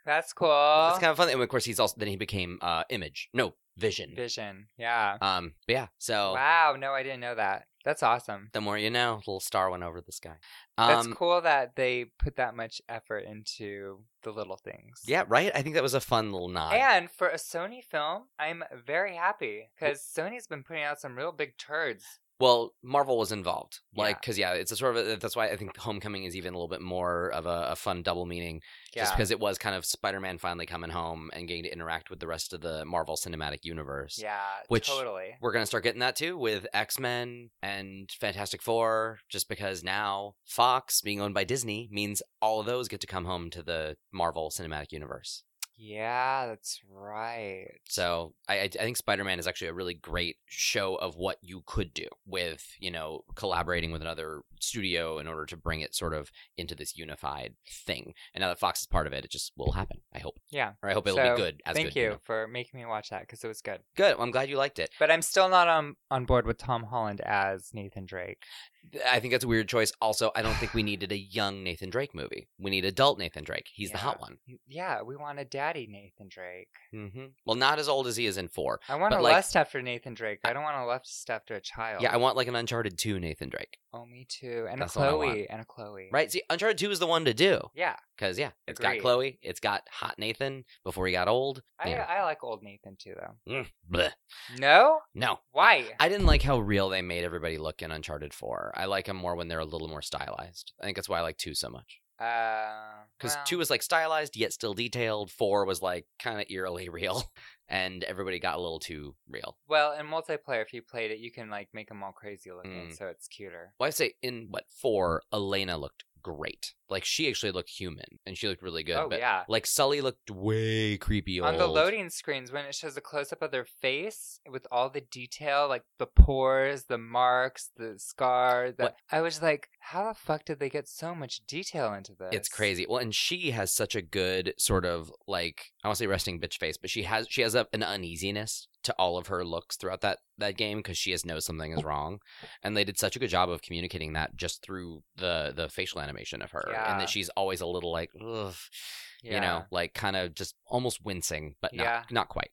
Speaker 1: That's cool.
Speaker 2: It's kind of fun, and of course he's also then he became uh, Image, no Vision.
Speaker 1: Vision. Yeah.
Speaker 2: Um, but yeah, so
Speaker 1: Wow. No, I didn't know that. That's awesome.
Speaker 2: the more you know, little star went over the sky.
Speaker 1: That's
Speaker 2: Um,
Speaker 1: cool that they put that much effort into the little things.
Speaker 2: Yeah, right. I think that was a fun little nod.
Speaker 1: And for a Sony film, I'm very happy because Sony's been putting out some real big turds.
Speaker 2: Well, Marvel was involved, like
Speaker 1: Yeah.
Speaker 2: because yeah, it's a sort of a, that's why I think Homecoming is even a little bit more of a, a fun double meaning,
Speaker 1: Yeah.
Speaker 2: just because it was kind of Spider-Man finally coming home and getting to interact with the rest of the Marvel Cinematic Universe.
Speaker 1: yeah.
Speaker 2: which-
Speaker 1: totally.
Speaker 2: We're gonna start getting that too with X Men and Fantastic Four, just because now Fox being owned by Disney means all of those get to come home to the Marvel Cinematic Universe.
Speaker 1: Yeah, that's right.
Speaker 2: So I, I I think Spider Man is actually a really great show of what you could do with you know collaborating with another studio in order to bring it sort of into this unified thing. And now that Fox is part of it, it just will happen. I hope,
Speaker 1: Yeah.
Speaker 2: or I hope it'll
Speaker 1: So,
Speaker 2: be good. As
Speaker 1: Thank
Speaker 2: good,
Speaker 1: you
Speaker 2: know.
Speaker 1: for making me watch that because it was good.
Speaker 2: Good. Well, I'm glad you liked it.
Speaker 1: But I'm still not on on board with Tom Holland as Nathan Drake.
Speaker 2: I think that's a weird choice. Also, I don't think we needed a young Nathan Drake movie. We need adult Nathan Drake. He's the
Speaker 1: Yeah.
Speaker 2: hot one.
Speaker 1: Yeah, we want a daddy Nathan Drake. Mm-hmm.
Speaker 2: hmm Well, not as old as he is in four.
Speaker 1: I want
Speaker 2: But,
Speaker 1: a
Speaker 2: like-
Speaker 1: lust after Nathan Drake. I don't want a lust after a child.
Speaker 2: Yeah, I want like an Uncharted two Nathan Drake.
Speaker 1: oh, me too. And
Speaker 2: That's
Speaker 1: a
Speaker 2: the one I want.
Speaker 1: Chloe. And a Chloe.
Speaker 2: Right? See, Uncharted two is the one to do.
Speaker 1: Yeah,
Speaker 2: Because yeah, it's
Speaker 1: Agreed.
Speaker 2: got Chloe, it's got hot Nathan before he got old.
Speaker 1: I uh,
Speaker 2: Yeah.
Speaker 1: I like old Nathan too though.
Speaker 2: Mm, bleh.
Speaker 1: No,
Speaker 2: No,
Speaker 1: why?
Speaker 2: I didn't like how real they made everybody look in Uncharted Four. I like them more when they're a little more stylized. I think that's why I like two so much.
Speaker 1: Because Uh,
Speaker 2: Because two was like stylized yet still detailed. Four was like kind of eerily *laughs* real. and everybody got a little too real.
Speaker 1: Well, in multiplayer, if you played it, you can like make them all crazy looking,
Speaker 2: Mm.
Speaker 1: so it's cuter.
Speaker 2: Well, I say in what four, Elena looked great. Like she actually looked human, and she looked really good.
Speaker 1: oh
Speaker 2: but
Speaker 1: yeah.
Speaker 2: like Sully looked way creepy old.
Speaker 1: On the loading screens, when it shows a close up of their face with all the detail, like the pores, the marks, the scar, the,
Speaker 2: What-
Speaker 1: I was like, how the fuck did they get so much detail into this?
Speaker 2: It's crazy. Well, and she has such a good sort of like I won't say resting bitch face, but she has she has a, an uneasiness to all of her looks throughout that that game because she has knows something is wrong, and they did such a good job of communicating that just through the the facial animation of her, and
Speaker 1: Yeah.
Speaker 2: that she's always a little like, Ugh, you know,
Speaker 1: Yeah.
Speaker 2: like kind of just almost wincing, but not
Speaker 1: Yeah.
Speaker 2: not quite.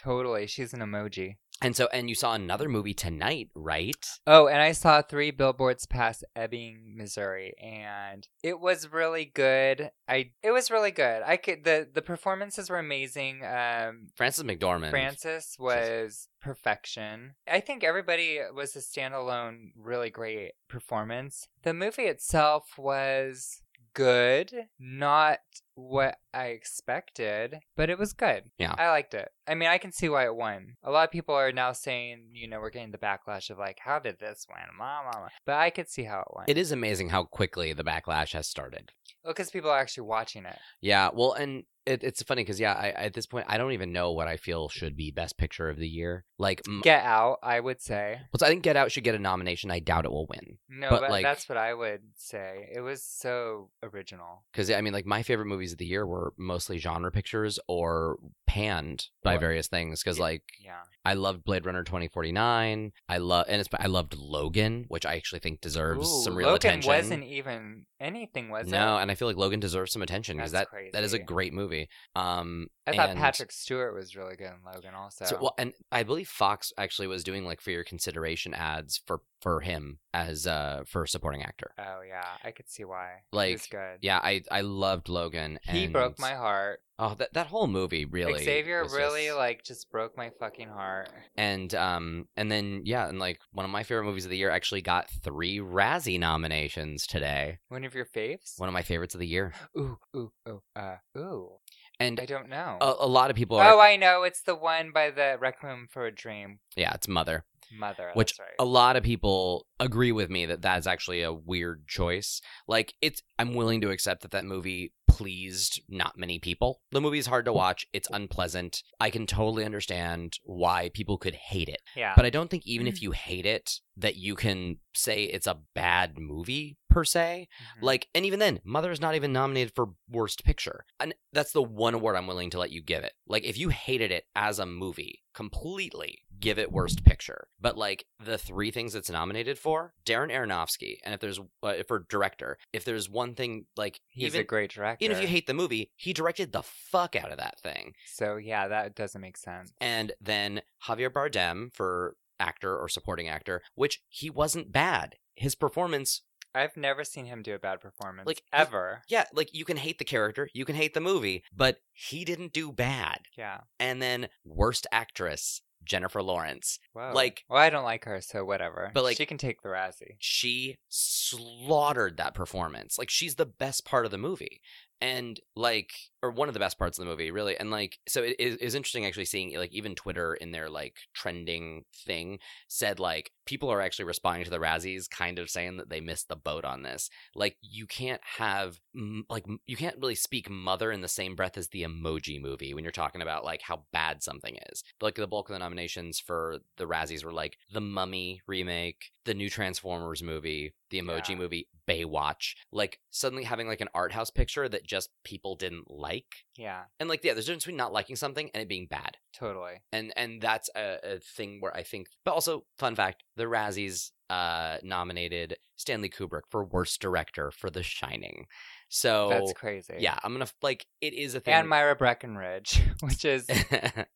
Speaker 1: Totally. She's an emoji.
Speaker 2: And so, and you saw another movie tonight, right?
Speaker 1: Oh, and I saw three billboards past Ebbing, Missouri, and it was really good. I it was really good. I could the the performances were amazing. Um,
Speaker 2: Frances McDormand.
Speaker 1: Francis was perfection. I think everybody was a standalone, really great performance. The movie itself was good, not what I expected, but it was good.
Speaker 2: Yeah.
Speaker 1: I liked it. I mean, I can see why it won. A lot of people are now saying, you know, we're getting the backlash of like, how did this win? Blah, blah, blah. But I could see how it won.
Speaker 2: It is amazing how quickly the backlash has started.
Speaker 1: because people are actually watching it.
Speaker 2: Yeah, well, and it, it's funny because yeah, I, at this point, I don't even know what I feel should be best picture of the year. Like, m-
Speaker 1: Get out, I would say.
Speaker 2: well, so I think Get Out should get a nomination. I doubt it will win
Speaker 1: No,
Speaker 2: But,
Speaker 1: but,
Speaker 2: like-
Speaker 1: that's what I would say. It was so original.
Speaker 2: because I mean, like my favorite movies of the year were mostly genre pictures or panned by
Speaker 1: Well,
Speaker 2: various things. Because
Speaker 1: yeah.
Speaker 2: like
Speaker 1: Yeah.
Speaker 2: I loved Blade Runner twenty forty nine. I love and it's I loved Logan, which I actually think deserves
Speaker 1: Ooh,
Speaker 2: some real
Speaker 1: Logan
Speaker 2: attention.
Speaker 1: wasn't even anything, was
Speaker 2: no,
Speaker 1: it?
Speaker 2: and I feel like Logan deserves some attention because that
Speaker 1: That's
Speaker 2: that is a
Speaker 1: crazy.
Speaker 2: great movie. Um,
Speaker 1: I thought
Speaker 2: and-
Speaker 1: Patrick Stewart was really good in Logan also.
Speaker 2: So, well, and I believe Fox actually was doing like for your consideration ads for for him as uh for supporting actor.
Speaker 1: oh yeah, I could see why.
Speaker 2: Like,
Speaker 1: he was good.
Speaker 2: Yeah, I I loved Logan.
Speaker 1: he
Speaker 2: and-
Speaker 1: broke my heart.
Speaker 2: oh that that whole movie really
Speaker 1: Xavier
Speaker 2: was just-
Speaker 1: really like just broke my fucking heart.
Speaker 2: and um and then yeah and like one of my favorite movies of the year actually got three Razzie nominations today.
Speaker 1: One of your faves?
Speaker 2: One of my favorites of the year,
Speaker 1: Ooh, ooh, ooh, uh, ooh.
Speaker 2: and
Speaker 1: I don't know.
Speaker 2: a, a lot of people are
Speaker 1: oh, I know. It's the one by the Requiem for a Dream
Speaker 2: yeah it's Mother.
Speaker 1: Mother.
Speaker 2: Which
Speaker 1: that's right.
Speaker 2: a lot of people agree with me that that's actually a weird choice. Like it's I'm willing to accept that that movie pleased not many people. The movie's hard to watch, it's unpleasant. I can totally understand why people could hate it.
Speaker 1: yeah.
Speaker 2: But I don't think even if you hate it that you can say it's a bad movie per se.
Speaker 1: Mhm.
Speaker 2: Like and even then, Mother is not even nominated for worst picture. And that's the one award I'm willing to let you give it. Like if you hated it as a movie completely, give it worst picture. But like the three things it's nominated for, Darren Aronofsky, and if there's uh, for director, if there's one thing like
Speaker 1: he's
Speaker 2: even
Speaker 1: a great director.
Speaker 2: even if you hate the movie, he directed the fuck out of that thing.
Speaker 1: so yeah, that doesn't make sense.
Speaker 2: And then Javier Bardem for actor or supporting actor, which he wasn't bad. His performance
Speaker 1: I've never seen him do a bad performance.
Speaker 2: Like,
Speaker 1: Like
Speaker 2: he-
Speaker 1: ever.
Speaker 2: yeah, like you can hate the character, you can hate the movie, but he didn't do bad.
Speaker 1: Yeah.
Speaker 2: And then worst actress, Jennifer Lawrence.
Speaker 1: Whoa.
Speaker 2: Like-
Speaker 1: well, I don't like her, so whatever.
Speaker 2: But, like-
Speaker 1: she can take the Razzie.
Speaker 2: She slaughtered that performance. Like she's the best part of the movie. And like or one of the best parts of the movie, really. And like so it is it's interesting actually seeing like even Twitter in their like trending thing said like people are actually responding to the Razzies kind of saying that they missed the boat on this. Like you can't have m- like m- you can't really speak mother in the same breath as the emoji movie when you're talking about like how bad something is. Like the bulk of the nominations for the Razzies were like the Mummy remake, the new Transformers movie, the emoji
Speaker 1: Yeah.
Speaker 2: movie, Baywatch. Like suddenly having like an art house picture that just people didn't like.
Speaker 1: Yeah,
Speaker 2: And like yeah, there's a difference between not liking something and it being bad
Speaker 1: totally.
Speaker 2: and and that's a, a thing where I think. But also, fun fact: the Razzies uh, nominated Stanley Kubrick for worst director for The Shining. So
Speaker 1: That's crazy.
Speaker 2: Oh, yeah, I'm gonna f- like it is a thing.
Speaker 1: And Myra Breckenridge, *laughs* which
Speaker 2: *laughs*
Speaker 1: is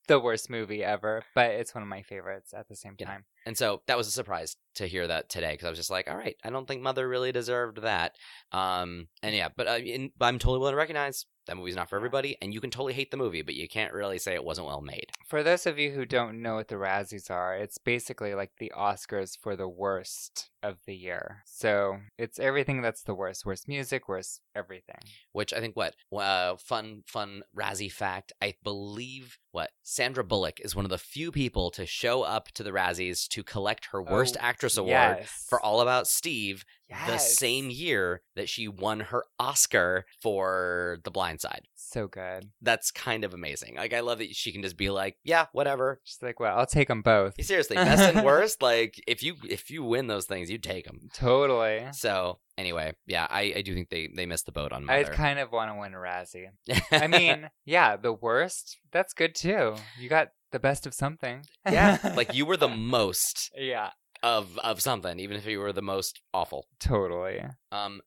Speaker 1: the worst movie ever, but it's one of my favorites at the same
Speaker 2: Yeah.
Speaker 1: time.
Speaker 2: and so that was a surprise to hear that today because I was just like, all right, I don't think Mother really deserved that. Um, and yeah, but I mean, but I'm totally willing to recognize that movie's not for everybody, and you can totally hate the movie, but you can't really say it wasn't well made.
Speaker 1: For those of you who don't know what the Razzies are, it's basically like the Oscars for the worst of the year. So it's everything that's the worst. Worst music, worst everything.
Speaker 2: Which I think what uh, fun fun Razzie fact. I believe what Sandra Bullock is one of the few people to show up to the Razzies to collect her worst
Speaker 1: Oh,
Speaker 2: actress award
Speaker 1: Yes.
Speaker 2: for All About Steve the
Speaker 1: Yes.
Speaker 2: same year that she won her Oscar for The Blind Side.
Speaker 1: So good.
Speaker 2: That's kind of amazing. Like I love that she can just be like, yeah, whatever.
Speaker 1: She's like, well, I'll take them both.
Speaker 2: Seriously,
Speaker 1: *laughs*
Speaker 2: best and worst. Like if you if you win those things, you take them.
Speaker 1: Totally.
Speaker 2: So anyway, yeah, I, I do think they, they missed the boat on
Speaker 1: I
Speaker 2: Mother.
Speaker 1: kind of want to win a Razzie.
Speaker 2: *laughs*
Speaker 1: I mean, yeah, the worst. That's good too. You got the best of something. *laughs*
Speaker 2: yeah, like you were the most
Speaker 1: yeah,
Speaker 2: of of something, even if you were the most awful.
Speaker 1: totally.
Speaker 2: Um,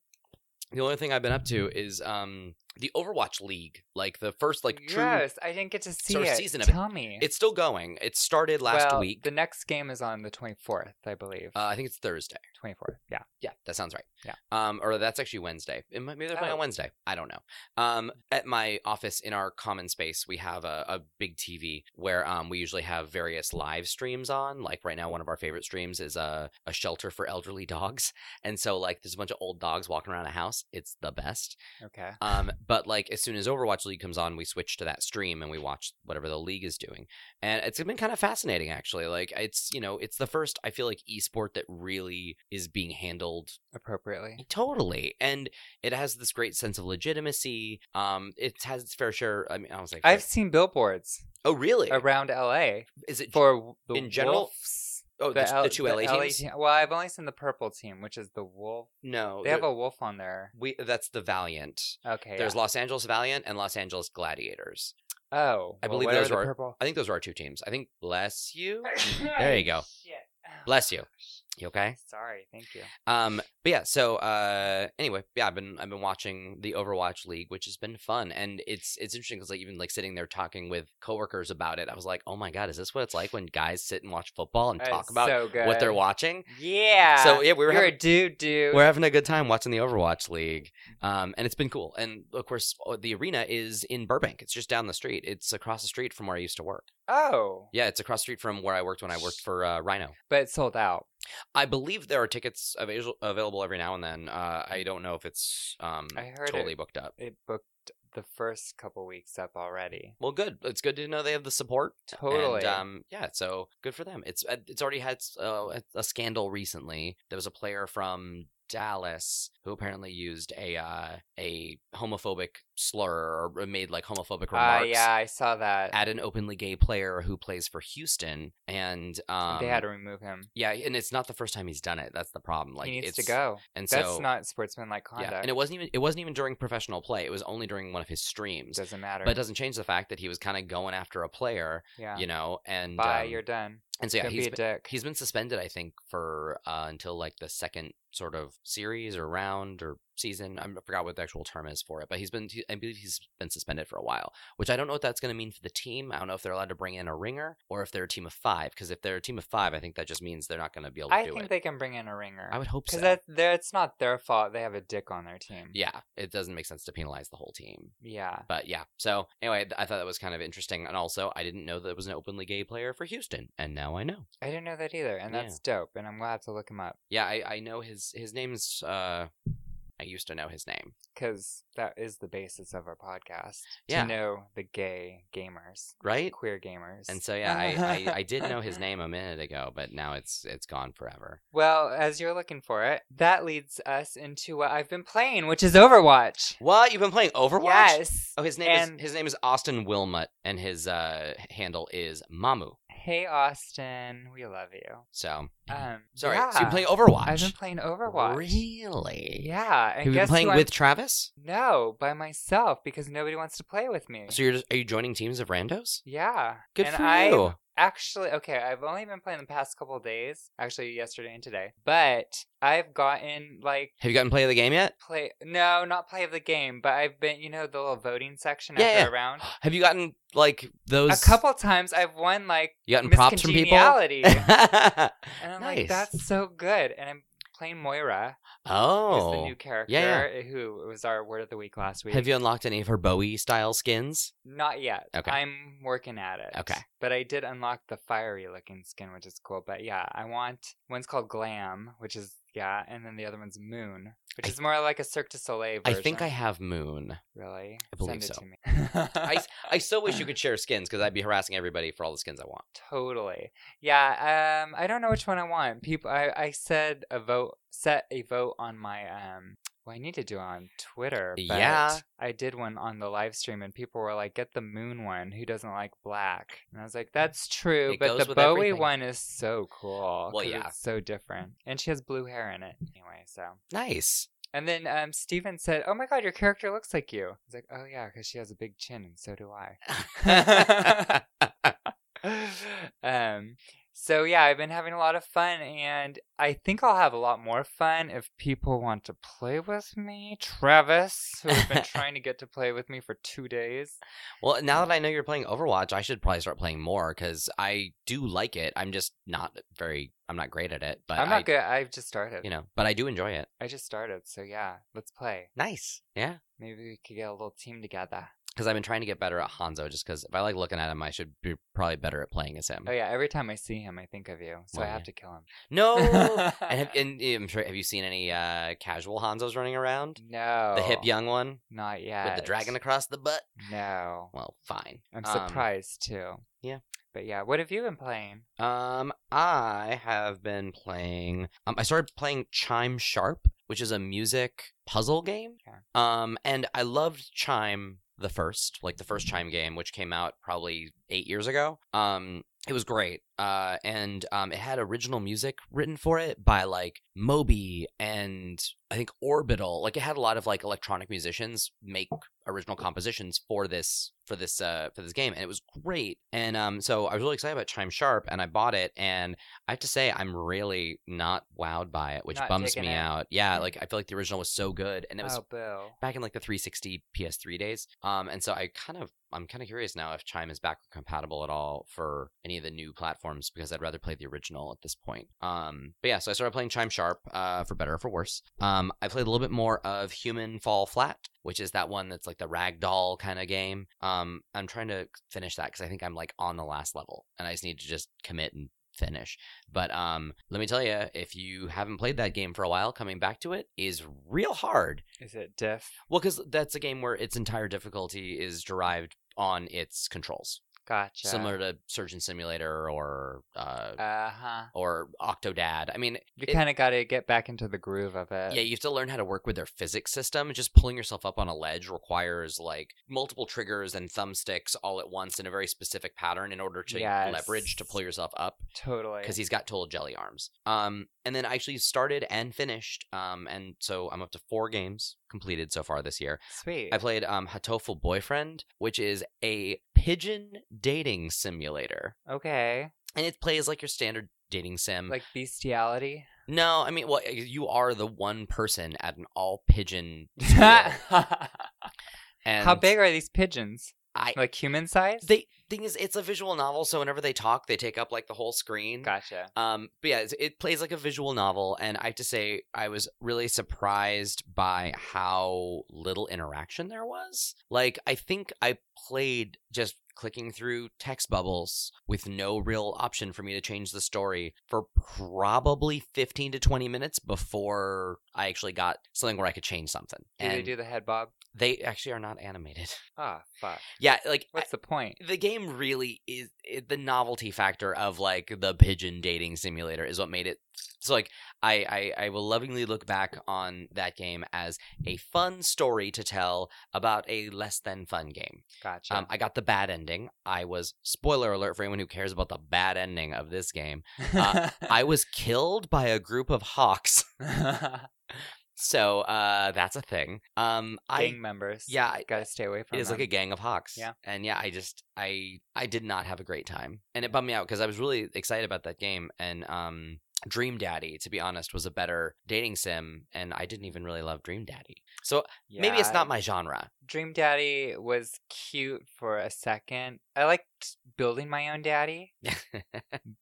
Speaker 2: the only thing I've been up to is um the Overwatch League, like the first like true.
Speaker 1: yes, I didn't get to see
Speaker 2: sort of
Speaker 1: it.
Speaker 2: season of it.
Speaker 1: Tell me,
Speaker 2: It's still going. It started last
Speaker 1: Well,
Speaker 2: week.
Speaker 1: The next game is on the twenty fourth, I believe.
Speaker 2: uh, I think it's Thursday.
Speaker 1: Twenty fourth. Yeah.
Speaker 2: Yeah, that sounds right.
Speaker 1: Yeah.
Speaker 2: Um, or that's actually Wednesday. It might, maybe they're playing
Speaker 1: Oh.
Speaker 2: on Wednesday. I don't know. Um, at my office in our common space, we have a, a big TV where um we usually have various live streams on. Like right now, one of our favorite streams is a a shelter for elderly dogs, *laughs* and so like there's a bunch of old dogs walking around a house. It's the best.
Speaker 1: Okay.
Speaker 2: Um, but like as soon as Overwatch League comes on, we switch to that stream and we watch whatever the league is doing. And it's been kind of fascinating actually. Like it's you know it's the first I feel like esport that really is being handled
Speaker 1: Appropriately.
Speaker 2: Totally, and it has this great sense of legitimacy. Um, it has its fair share. I mean, I was like,
Speaker 1: I've seen billboards
Speaker 2: oh really?
Speaker 1: around L.A.
Speaker 2: Is it
Speaker 1: for w- the
Speaker 2: in general,
Speaker 1: Wolves,
Speaker 2: oh the,
Speaker 1: L-
Speaker 2: the two LA teams?
Speaker 1: team- Well, I've only seen the purple team, which is the wolf.
Speaker 2: No,
Speaker 1: They have
Speaker 2: there-
Speaker 1: a wolf on there.
Speaker 2: we. That's the Valiant.
Speaker 1: Okay.
Speaker 2: There's
Speaker 1: yeah.
Speaker 2: Los Angeles Valiant and Los Angeles Gladiators.
Speaker 1: oh,
Speaker 2: I
Speaker 1: well,
Speaker 2: believe
Speaker 1: what are
Speaker 2: those
Speaker 1: the
Speaker 2: are-
Speaker 1: purple.
Speaker 2: I think those are our two teams. I think bless you. *laughs* There you go.
Speaker 1: *laughs* Shit. *sighs*
Speaker 2: Bless you. You okay?
Speaker 1: Sorry, thank you.
Speaker 2: Um, but yeah. So uh, anyway, yeah, I've been I've been watching the Overwatch League, which has been fun, and it's it's interesting because like even like sitting there talking with coworkers about it, I was like, oh my god, is this what it's like when guys sit and watch football and talk
Speaker 1: It's
Speaker 2: about
Speaker 1: so good.
Speaker 2: what they're watching?
Speaker 1: Yeah.
Speaker 2: So yeah, we were
Speaker 1: you're
Speaker 2: having,
Speaker 1: a dude, dude. Mm-hmm.
Speaker 2: we're having a good time watching the Overwatch League, um, and it's been cool. And of course, uh, the arena is in Burbank. It's just down the street. It's across the street from where I used to work.
Speaker 1: oh,
Speaker 2: Yeah, it's across the street from where I worked when I worked for uh, Rhino.
Speaker 1: but it's sold out.
Speaker 2: I believe there are tickets avail- available every now and then. Uh, I don't know if it's um,
Speaker 1: Mm. I heard
Speaker 2: totally
Speaker 1: it.
Speaker 2: booked up.
Speaker 1: It booked the first couple weeks up already.
Speaker 2: Well, good. It's good to know they have the support.
Speaker 1: Totally.
Speaker 2: And, um, yeah, so good for them. It's uh, it's already had uh, a scandal recently. There was a player from Dallas who apparently used a uh, a homophobic slur or made like homophobic
Speaker 1: Ah,
Speaker 2: remarks
Speaker 1: yeah, I saw that.
Speaker 2: at an openly gay player who plays for Houston, and um,
Speaker 1: they had to remove him.
Speaker 2: yeah, and it's not the first time he's done it. That's the problem. Like
Speaker 1: he needs
Speaker 2: it's,
Speaker 1: to go.
Speaker 2: And so
Speaker 1: That's not sportsmanlike conduct.
Speaker 2: yeah, and it wasn't even it wasn't even during professional play. It was only during one of his streams.
Speaker 1: doesn't matter.
Speaker 2: But it doesn't change the fact that he was kind of going after a player,
Speaker 1: yeah.
Speaker 2: you know, and
Speaker 1: Bye,
Speaker 2: um,
Speaker 1: you're done.
Speaker 2: and so yeah,
Speaker 1: Don't
Speaker 2: he's
Speaker 1: be a
Speaker 2: been,
Speaker 1: dick.
Speaker 2: he's been suspended, I think, for uh, until like the second sort of series or round or season. I'm- I forgot what the actual term is for it, but he's been he- I believe he's been suspended for a while, which I don't know what that's going to mean for the team. I don't know if they're allowed to bring in a ringer or if they're a team of five. Because if they're a team of five, I think that just means they're not going to be able to
Speaker 1: I
Speaker 2: do
Speaker 1: think
Speaker 2: it.
Speaker 1: they can bring in a ringer.
Speaker 2: I would hope so.
Speaker 1: Because that that- it's not their fault. They have a dick on their team.
Speaker 2: yeah, it doesn't make sense to penalize the whole team.
Speaker 1: Yeah.
Speaker 2: But yeah, so anyway, th- I thought that was kind of interesting, and also I didn't know there was an openly gay player for Houston, and now I know.
Speaker 1: I didn't know that either, and
Speaker 2: Yeah.
Speaker 1: that's dope. And I'm gonna have to look him up
Speaker 2: Yeah, I, I know his his name's. Uh, I used to know his name.
Speaker 1: because that is the basis of our podcast.
Speaker 2: Yeah.
Speaker 1: To know the gay gamers,
Speaker 2: Right?
Speaker 1: queer gamers.
Speaker 2: And so yeah, I,
Speaker 1: *laughs*
Speaker 2: I, I did know his name a minute ago, but now it's it's gone forever.
Speaker 1: Well, as you're looking for it, that leads us into what I've been playing, which is Overwatch.
Speaker 2: What you've been playing Overwatch?
Speaker 1: Yes.
Speaker 2: Oh, his name
Speaker 1: And-
Speaker 2: is his name is Austin Wilmot, and his uh, handle is Mamu.
Speaker 1: Hey, Austin, we love you.
Speaker 2: So
Speaker 1: Um,
Speaker 2: sorry,
Speaker 1: yeah.
Speaker 2: so you play Overwatch?
Speaker 1: I've been playing Overwatch.
Speaker 2: Really?
Speaker 1: Yeah, and
Speaker 2: Have you
Speaker 1: guess
Speaker 2: been playing
Speaker 1: who I'm-
Speaker 2: with Travis?
Speaker 1: No, by myself because nobody wants to play with me.
Speaker 2: So you're just, are you joining teams of randos?
Speaker 1: yeah.
Speaker 2: Good
Speaker 1: and
Speaker 2: for
Speaker 1: I
Speaker 2: you.
Speaker 1: actually okay i've only been playing the past couple of days actually yesterday and today but i've gotten like
Speaker 2: Have you gotten play of the game *sighs* yet?
Speaker 1: play no not play of the game but i've been you know the little voting section
Speaker 2: Yeah,
Speaker 1: after
Speaker 2: yeah.
Speaker 1: a round
Speaker 2: Have you gotten like
Speaker 1: a
Speaker 2: *gasps* those
Speaker 1: couple times i've won like
Speaker 2: You gotten
Speaker 1: Miss
Speaker 2: props from people?
Speaker 1: Congeniality.
Speaker 2: *laughs*
Speaker 1: and
Speaker 2: oh,
Speaker 1: i'm
Speaker 2: Nice.
Speaker 1: like that's so good and i'm playing moira who's the new character
Speaker 2: Oh, yeah.
Speaker 1: who was our word of the week last week
Speaker 2: have you unlocked any of her Bowie style skins?
Speaker 1: not yet
Speaker 2: Okay.
Speaker 1: i'm working at it
Speaker 2: Okay.
Speaker 1: but i did unlock the fiery looking skin which is cool but yeah i want one's called glam which is Yeah, and then the other one's Moon, which is more like a Cirque du Soleil
Speaker 2: I
Speaker 1: version.
Speaker 2: think I have Moon.
Speaker 1: really.
Speaker 2: I believe
Speaker 1: Send it
Speaker 2: so.
Speaker 1: To me.
Speaker 2: I, *laughs* s- I so wish *sighs* you could share skins because I'd be harassing everybody for all the skins I want.
Speaker 1: Totally. Yeah. Um. I don't know which one I want. People. I. I said a vote. Set a vote on my. Um. Well, I need to do it on Twitter. But
Speaker 2: Yeah.
Speaker 1: I did one on the live stream, and people were like, "Get the moon one. Who doesn't like black?" And I was like, "That's true,
Speaker 2: Mm. It
Speaker 1: but
Speaker 2: goes
Speaker 1: the
Speaker 2: with
Speaker 1: Bowie
Speaker 2: everything.
Speaker 1: one is so cool.
Speaker 2: Well,
Speaker 1: 'cause
Speaker 2: yeah.
Speaker 1: it's so different, and she has blue hair in it anyway. So,
Speaker 2: Nice.
Speaker 1: and then um, Steven said, "Oh my God, your character looks like you." I was like, "Oh yeah, because she has a big chin, and so do I." *laughs* um so yeah i've been having a lot of fun and i think i'll have a lot more fun if people want to play with me travis who's
Speaker 2: *laughs*
Speaker 1: been trying to get to play with me for two days
Speaker 2: well, now that I know you're playing Overwatch, I should probably start playing more because I do like it. I'm just not very. I'm not great at it, but
Speaker 1: i'm not
Speaker 2: I,
Speaker 1: good i've just started
Speaker 2: You know, but I do enjoy it.
Speaker 1: i just started so yeah let's play
Speaker 2: Nice. Yeah.
Speaker 1: maybe we could get a little team together
Speaker 2: Because I've been trying to get better at Hanzo, just because if I like looking at him, I should be probably better at playing as him.
Speaker 1: oh yeah every time i see him i think of you so
Speaker 2: Mm. Well,
Speaker 1: i have
Speaker 2: yeah.
Speaker 1: to kill him
Speaker 2: No,
Speaker 1: *laughs*
Speaker 2: *laughs* and, have, and I'm sure. Have you seen any uh, casual Hanzos running around?
Speaker 1: no
Speaker 2: The hip
Speaker 1: Oh,
Speaker 2: young one
Speaker 1: not yet
Speaker 2: with the dragon across the butt.
Speaker 1: no
Speaker 2: Well, fine.
Speaker 1: i'm
Speaker 2: Um,
Speaker 1: surprised too
Speaker 2: yeah.
Speaker 1: but yeah what have you been playing
Speaker 2: Um, I have been playing. Um, I started playing Chime Sharp, which is a music puzzle game.
Speaker 1: Okay.
Speaker 2: Um, and I loved Chime the first, like the first Chime game, which came out probably eight years ago. Um, it was great. Uh, and um, it had original music written for it by like Moby and I think Orbital. Like it had a lot of like electronic musicians make original compositions for this for this uh for this game and it was great and um so i was really excited about chime sharp and i bought it and i have to say i'm really not wowed by it which
Speaker 1: Not
Speaker 2: bums
Speaker 1: digging
Speaker 2: me
Speaker 1: it.
Speaker 2: out yeah like i feel like the original was so good and it was
Speaker 1: oh boo
Speaker 2: back in like the 360 ps3 days um and so i kind of i'm kind of curious now if chime is backward compatible at all for any of the new platforms because i'd rather play the original at this point um but yeah so i started playing chime sharp uh for better or for worse um i played a little bit more of human fall flat which is that one that's like the ragdoll kind of game um i'm trying to finish that because i think i'm like on the last level and i just need to just commit and finish but um let me tell you if you haven't played that game for a while coming back to it is real hard
Speaker 1: Is it diff?
Speaker 2: well, because that's a game where its entire difficulty is derived on its controls,
Speaker 1: Gotcha.
Speaker 2: similar to Surgeon Simulator or uh,
Speaker 1: Uh huh.
Speaker 2: or Octodad. I mean,
Speaker 1: You
Speaker 2: it-
Speaker 1: kind of got to get back into the groove of it.
Speaker 2: yeah, you have to learn how to work with their physics system. Just pulling yourself up on a ledge requires like multiple triggers and thumbsticks all at once in a very specific pattern in order to
Speaker 1: Yes.
Speaker 2: leverage to pull yourself up.
Speaker 1: totally.
Speaker 2: because he's got total jelly arms. Um, and then I actually started and finished. Um, and so I'm up to four games completed so far this year.
Speaker 1: sweet.
Speaker 2: I played um, Hatoful Boyfriend, which is a pigeon dating simulator,
Speaker 1: okay,
Speaker 2: and it plays like your standard dating sim.
Speaker 1: like
Speaker 2: *laughs*
Speaker 1: bestiality.
Speaker 2: no, I mean, well, you are the one person at an all
Speaker 1: *laughs*
Speaker 2: pigeon. simulator.
Speaker 1: How
Speaker 2: and
Speaker 1: big are these pigeons?
Speaker 2: I-
Speaker 1: like human size.
Speaker 2: They thing is, it's a visual novel, so whenever they talk, they take up like the whole screen.
Speaker 1: gotcha.
Speaker 2: Um, but yeah, it's- it plays like a visual novel, and I have to say, I was really surprised by how little interaction there was. Like, I think I played just clicking through text bubbles with no real option for me to change the story for probably 15 to 20 minutes before I actually got something where I could change something.
Speaker 1: Do
Speaker 2: and
Speaker 1: they do the head bob?
Speaker 2: they actually are not animated. *laughs*
Speaker 1: Ah, fuck.
Speaker 2: yeah, like
Speaker 1: What's the point?
Speaker 2: the game really is it, the novelty factor of like the pigeon dating simulator is what made it so like I, I i will lovingly look back on that game as a fun story to tell about a less than fun game
Speaker 1: Gotcha.
Speaker 2: um, i got the bad ending i was spoiler alert for anyone who cares about the bad ending of this game uh,
Speaker 1: *laughs*
Speaker 2: i was killed by a group of hawks *laughs* so uh that's a thing um i
Speaker 1: Gang members.
Speaker 2: yeah, I-
Speaker 1: Gotta stay away from.
Speaker 2: It is like a gang of hawks.
Speaker 1: Uh-huh. Yeah.
Speaker 2: And yeah, I just I I did not have a great time, and it bummed me out because I was really excited about that game. And um, Dream Daddy, to be honest, was a better dating sim, and I didn't even really love Dream Daddy. So
Speaker 1: a.
Speaker 2: maybe it's not my genre.
Speaker 1: Dream Daddy was cute for a second. I liked building my own
Speaker 2: *laughs*
Speaker 1: daddy.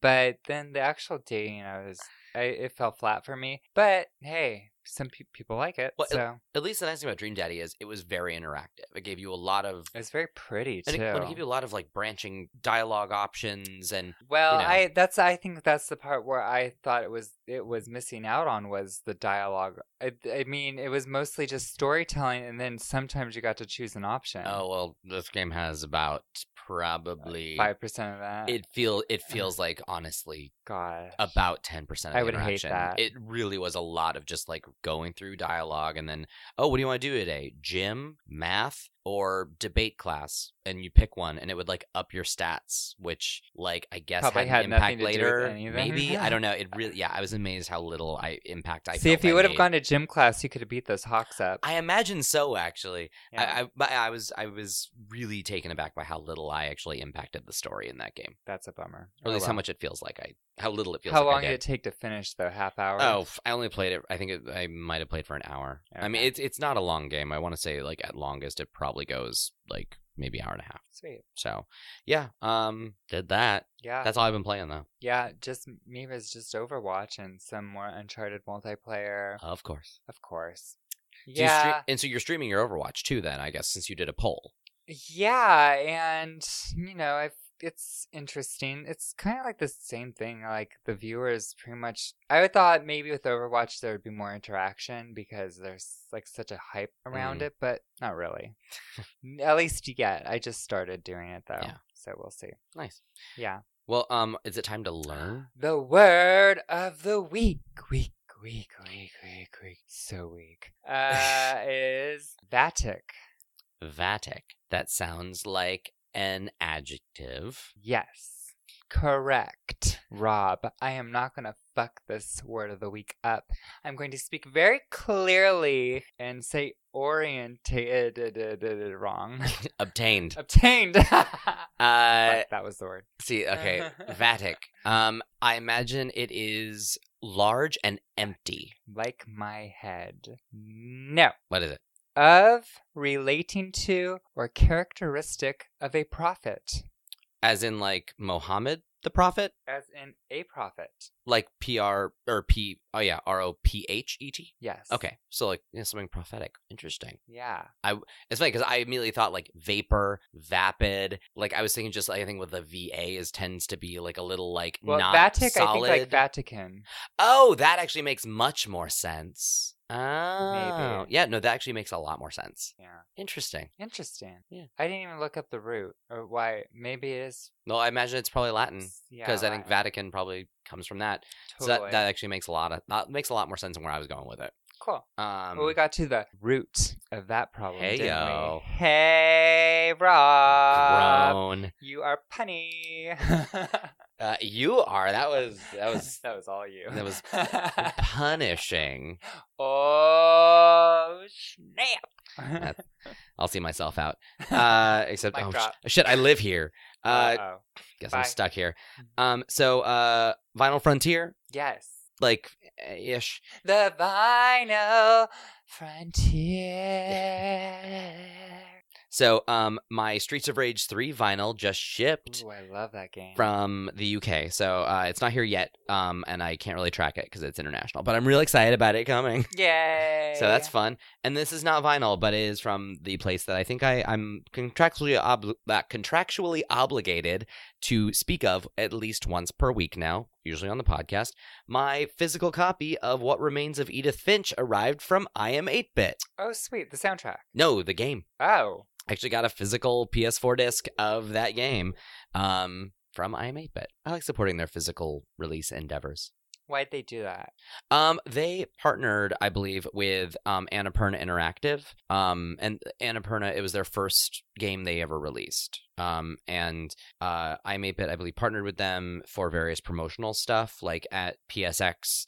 Speaker 1: but then the actual dating i was I, it fell flat for me but hey some pe- people like it.
Speaker 2: Well, it-
Speaker 1: so
Speaker 2: At least the nice thing about Dream Daddy is it was very interactive. It gave you a lot of
Speaker 1: it's very pretty too.
Speaker 2: and it, well, it gave you a lot of like branching dialogue options and
Speaker 1: Well,
Speaker 2: you know.
Speaker 1: I that's I think that's the part where I thought it was it was missing out on was the dialogue. I, I mean, it was mostly just storytelling, and then sometimes you got to choose an option.
Speaker 2: oh well, this game has about probably
Speaker 1: five Uh-huh. percent of that.
Speaker 2: it feel it feels like honestly
Speaker 1: God,
Speaker 2: about 10% of
Speaker 1: I
Speaker 2: the
Speaker 1: would hate
Speaker 2: interaction.
Speaker 1: that.
Speaker 2: It really was a lot of just like going through dialogue and then, oh, what do you want to do today? Gym, math, or debate class? And you pick one and it would like up your stats, which like I guess
Speaker 1: Probably
Speaker 2: had, an
Speaker 1: had nothing
Speaker 2: impact
Speaker 1: to do with
Speaker 2: later.
Speaker 1: anything. *laughs*
Speaker 2: Maybe. I don't know. It really, yeah, I was amazed how little I impact I
Speaker 1: see
Speaker 2: felt
Speaker 1: if you
Speaker 2: I
Speaker 1: would have
Speaker 2: made.
Speaker 1: gone to gym class, you could have beat those hawks up.
Speaker 2: I imagine so, actually.
Speaker 1: Yeah,
Speaker 2: I, I, but I was, I was really taken aback by how little I actually impacted the story in that game,
Speaker 1: that's a bummer. Oh,
Speaker 2: or at least how
Speaker 1: well.
Speaker 2: much it feels like I, how little it feels.
Speaker 1: How
Speaker 2: like I
Speaker 1: long
Speaker 2: did.
Speaker 1: did it take to finish though? Half hour.
Speaker 2: Oh, f- I only played it. I think it, I might have played for an hour. I mean,
Speaker 1: Okay.
Speaker 2: it's it's not a long game. I want to say like at longest it probably goes like maybe hour and a half.
Speaker 1: sweet.
Speaker 2: So, yeah, um, did that.
Speaker 1: Yeah,
Speaker 2: That's all I've been playing though.
Speaker 1: yeah. Just me was just Overwatch and some more Uncharted multiplayer,
Speaker 2: Of course.
Speaker 1: of course.
Speaker 2: So Uh you stre-
Speaker 1: Yeah.
Speaker 2: and so you're streaming your Overwatch too, then I guess since you did a poll.
Speaker 1: Yeah, and you know, I've, it's interesting. It's kind of like the same thing. Like the viewers, pretty much. I thought maybe with Overwatch there would be more interaction because there's like such a hype around
Speaker 2: Mhm.
Speaker 1: it, but not really. At least yet. I just started doing it though,
Speaker 2: Yeah.
Speaker 1: so we'll see.
Speaker 2: Nice.
Speaker 1: Yeah.
Speaker 2: Well, um, is it time to
Speaker 1: *gasps*
Speaker 2: learn?
Speaker 1: The word of the week, week, week, week, week, week, so weak. Uh, is Vatic.
Speaker 2: Vatic. That sounds like an adjective.
Speaker 1: Yes. Correct. Rob, I am not going to fuck this word of the week up. I'm going to speak very clearly and say orientated *laughs* wrong. *laughs*
Speaker 2: Obtained.
Speaker 1: Obtained. *laughs*
Speaker 2: Uh,
Speaker 1: Fuck, that was the word.
Speaker 2: see. Okay. Vatic. Um, I imagine it is large and empty.
Speaker 1: Like my head. No.
Speaker 2: What is it?
Speaker 1: Of, relating to, or characteristic of a prophet.
Speaker 2: As in like Mohammed the prophet?
Speaker 1: As in a prophet.
Speaker 2: Like P R or P oh yeah, R O P H E T.
Speaker 1: Yes.
Speaker 2: Okay. So like yeah, something prophetic. Interesting.
Speaker 1: Yeah.
Speaker 2: It's funny because I immediately thought like vapor, vapid. Like I was thinking just like anything with the V A is tends to be like a little like
Speaker 1: Well,
Speaker 2: not
Speaker 1: Vatic,
Speaker 2: solid.
Speaker 1: I think like Vatican.
Speaker 2: oh, that actually makes much more sense. Oh yeah, no, that actually makes a lot more sense.
Speaker 1: Yeah.
Speaker 2: Interesting.
Speaker 1: Interesting.
Speaker 2: Yeah.
Speaker 1: I didn't even look up the root or why. Maybe it is.
Speaker 2: No, I imagine it's probably Latin.
Speaker 1: yeah,
Speaker 2: Because I think
Speaker 1: Latin.
Speaker 2: Vatican probably comes from that. So
Speaker 1: Totally.
Speaker 2: that, that actually makes a lot of that makes a lot more sense than where I was going with it.
Speaker 1: cool.
Speaker 2: Um,
Speaker 1: well, we got to the root of that problem.
Speaker 2: Hey,
Speaker 1: didn't
Speaker 2: yo.
Speaker 1: We? Hey, Rob.
Speaker 2: grown.
Speaker 1: You are punny.
Speaker 2: Uh, you are. That was *laughs*
Speaker 1: *laughs*
Speaker 2: that was
Speaker 1: that was all you.
Speaker 2: that was- *laughs* punishing.
Speaker 1: *laughs* oh snap!
Speaker 2: That- I'll see
Speaker 1: *laughs*
Speaker 2: myself out. Uh, except
Speaker 1: Mic
Speaker 2: oh,
Speaker 1: drop.
Speaker 2: sh- shit, I live here. Uh,
Speaker 1: Uh-oh.
Speaker 2: guess
Speaker 1: bye. Mm-hmm.
Speaker 2: I'm stuck here. Um, so uh, Vinyl Frontier,
Speaker 1: yes.
Speaker 2: like eh, ish.
Speaker 1: The vinyl frontier.
Speaker 2: So um, my Streets of Rage three vinyl just shipped.
Speaker 1: Ooh, I love that game.
Speaker 2: From the UK, so uh, it's not here yet, um, and I can't really track it because it's international. But I'm real excited about it coming.
Speaker 1: Yay!
Speaker 2: So that's fun. And this is not vinyl, but it is from the place that I think I, I'm contractually obli- uh, contractually obligated to speak of at least once per week now, usually on the podcast. My physical copy of What Remains of Edith Finch arrived from I Am 8 Bit.
Speaker 1: Oh, sweet, the soundtrack.
Speaker 2: No, the game.
Speaker 1: Oh,
Speaker 2: I actually got a physical PS4 disc of that game um, from I Am 8 Bit. I like supporting their physical release endeavors.
Speaker 1: why'd they do that?
Speaker 2: Um, they partnered, I believe, with um, Annapurna Interactive. Um, and Annapurna, it was their first game they ever released. Um, and uh, iMapit, I believe, partnered with them for various promotional stuff, like at PSX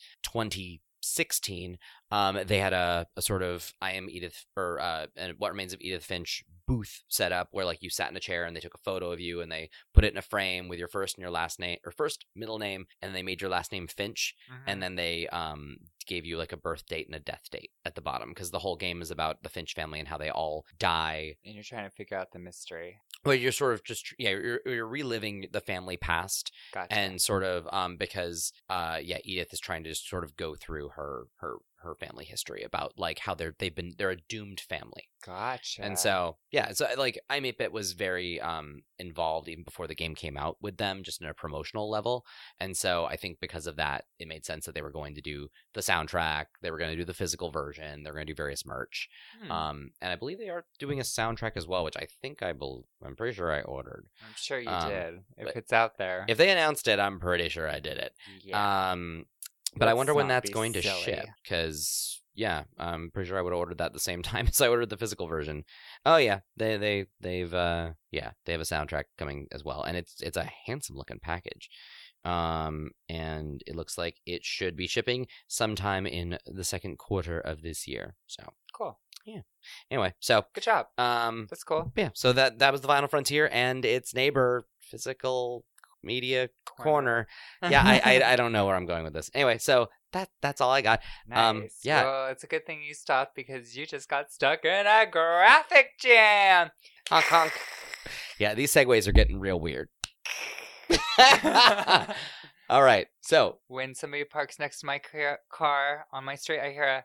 Speaker 2: 2016. Um, they had a, a sort of I am Edith or uh, and what remains of Edith Finch booth set up where like you sat in a chair and they took a photo of you and they put it in a frame with your first and your last name or first middle name and they made your last name Finch and then they um gave you like a birth date and a death date at the bottom because the whole game is about the Finch family and how they all die.
Speaker 1: and you're trying to figure out the mystery.
Speaker 2: Well, you're sort of just yeah, you're, you're reliving the family past
Speaker 1: Gotcha.
Speaker 2: and sort of um because uh yeah, Edith is trying to just sort of go through her her her family history about like how they're they've been they're a doomed family.
Speaker 1: Gotcha.
Speaker 2: And so yeah, so like I'm 8-bit was very um involved even before the game came out with them, just in a promotional level. And so I think because of that, it made sense that they were going to do the soundtrack, they were going to do the physical version, they're going to do various merch.
Speaker 1: Hmm,
Speaker 2: Um, and I believe they are doing a soundtrack as well, which I think I bel I'm pretty sure I ordered.
Speaker 1: I'm sure you
Speaker 2: um,
Speaker 1: did. If
Speaker 2: but-
Speaker 1: it's out there.
Speaker 2: If they announced it, I'm pretty sure I did it.
Speaker 1: yeah.
Speaker 2: Um, but I
Speaker 1: Let's
Speaker 2: wonder when
Speaker 1: not
Speaker 2: that's
Speaker 1: be
Speaker 2: going to
Speaker 1: silly.
Speaker 2: ship because yeah, I'm pretty sure I would have ordered that the same *laughs* time as I ordered the physical version. Oh yeah, they they they've uh yeah they have a soundtrack coming as well, and it's it's a handsome looking package. Um, and it looks like it should be shipping sometime in the second quarter of this year. So
Speaker 1: cool.
Speaker 2: anyway, so
Speaker 1: Good job.
Speaker 2: um,
Speaker 1: That's cool. *laughs*
Speaker 2: yeah, so that that was the Final Frontier and its neighbor physical media corner yeah, I,
Speaker 1: *laughs*
Speaker 2: I I don't know where I'm going with this. Anyway, so that that's all I got.
Speaker 1: nice.
Speaker 2: um, yeah.
Speaker 1: Well, it's a good thing you stopped because you just got stuck in a graphic jam.
Speaker 2: Honk honk. Yeah, these segues are getting real weird. *laughs* all right, so *laughs*
Speaker 1: when somebody parks next to my ca- car on my street, I hear a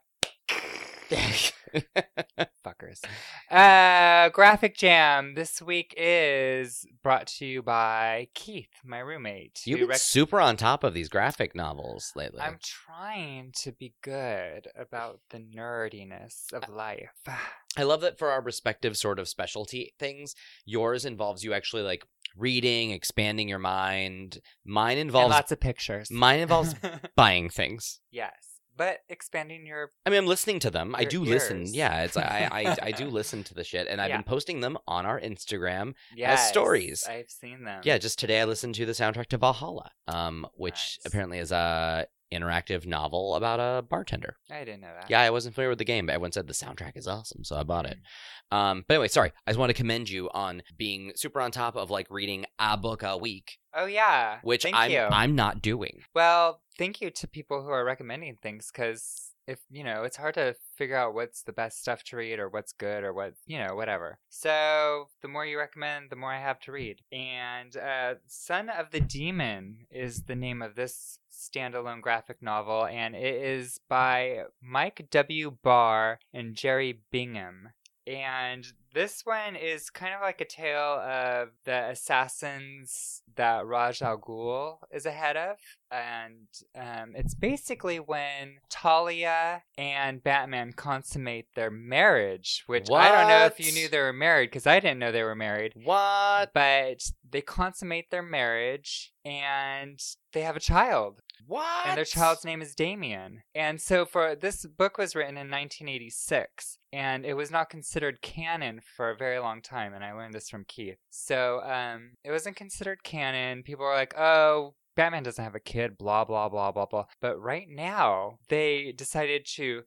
Speaker 1: fuckers. Uh, graphic jam this week is brought to you by Keith, my roommate. who
Speaker 2: you've been
Speaker 1: rec-
Speaker 2: super on top of these graphic novels lately.
Speaker 1: I'm trying to be good about the nerdiness
Speaker 2: Uh,
Speaker 1: of life. *sighs*
Speaker 2: I love that for our respective sort of specialty things. Yours involves you actually like reading, expanding your mind. Mine
Speaker 1: And
Speaker 2: involves
Speaker 1: lots of pictures.
Speaker 2: *laughs*
Speaker 1: *laughs*
Speaker 2: mine involves buying things.
Speaker 1: yes, but expanding your
Speaker 2: I mean, I'm listening to them. I
Speaker 1: Your
Speaker 2: do listen.
Speaker 1: ears.
Speaker 2: Yeah, it's I, I I
Speaker 1: *laughs*
Speaker 2: do listen to the shit, and I've
Speaker 1: Yeah.
Speaker 2: been posting them on our Instagram.
Speaker 1: yes,
Speaker 2: stories.
Speaker 1: I've seen them.
Speaker 2: Yeah, just today I listened to the soundtrack to Valhalla, um, which
Speaker 1: Nice.
Speaker 2: apparently is a interactive novel about a bartender.
Speaker 1: I didn't know that.
Speaker 2: Yeah, I wasn't familiar with the game, but everyone said the soundtrack is awesome, so I bought it.
Speaker 1: Mm. Mm-hmm.
Speaker 2: Um, but anyway, sorry, I just want to commend you on being super on top of like reading a book a week,
Speaker 1: Oh yeah.
Speaker 2: which
Speaker 1: Thank
Speaker 2: I'm
Speaker 1: you.
Speaker 2: I'm not doing.
Speaker 1: Well, thank you to people who are recommending things because if you know, it's hard to figure out what's the best stuff to read or what's good or what you know, whatever. So the more you recommend, the more I have to read. And uh, Son of the Demon is the name of this standalone graphic novel, and it is by Mike W. Barr and Jerry Bingham. And this one is kind of like a tale of the assassins that Raj Al Ghul is ahead of. And um, it's basically when Talia and Batman consummate their marriage, which I don't know if
Speaker 2: What?
Speaker 1: you knew they were married because I didn't know they were married.
Speaker 2: What?
Speaker 1: But they consummate their marriage and they have a child
Speaker 2: What?
Speaker 1: and their child's name is Damien. And so for this book was written in 1986 and it was not considered canon for a very long time and I learned this from Keith. So um it wasn't considered canon. People were like, "Oh, Batman doesn't have a kid, blah blah blah blah blah." But right now, they decided to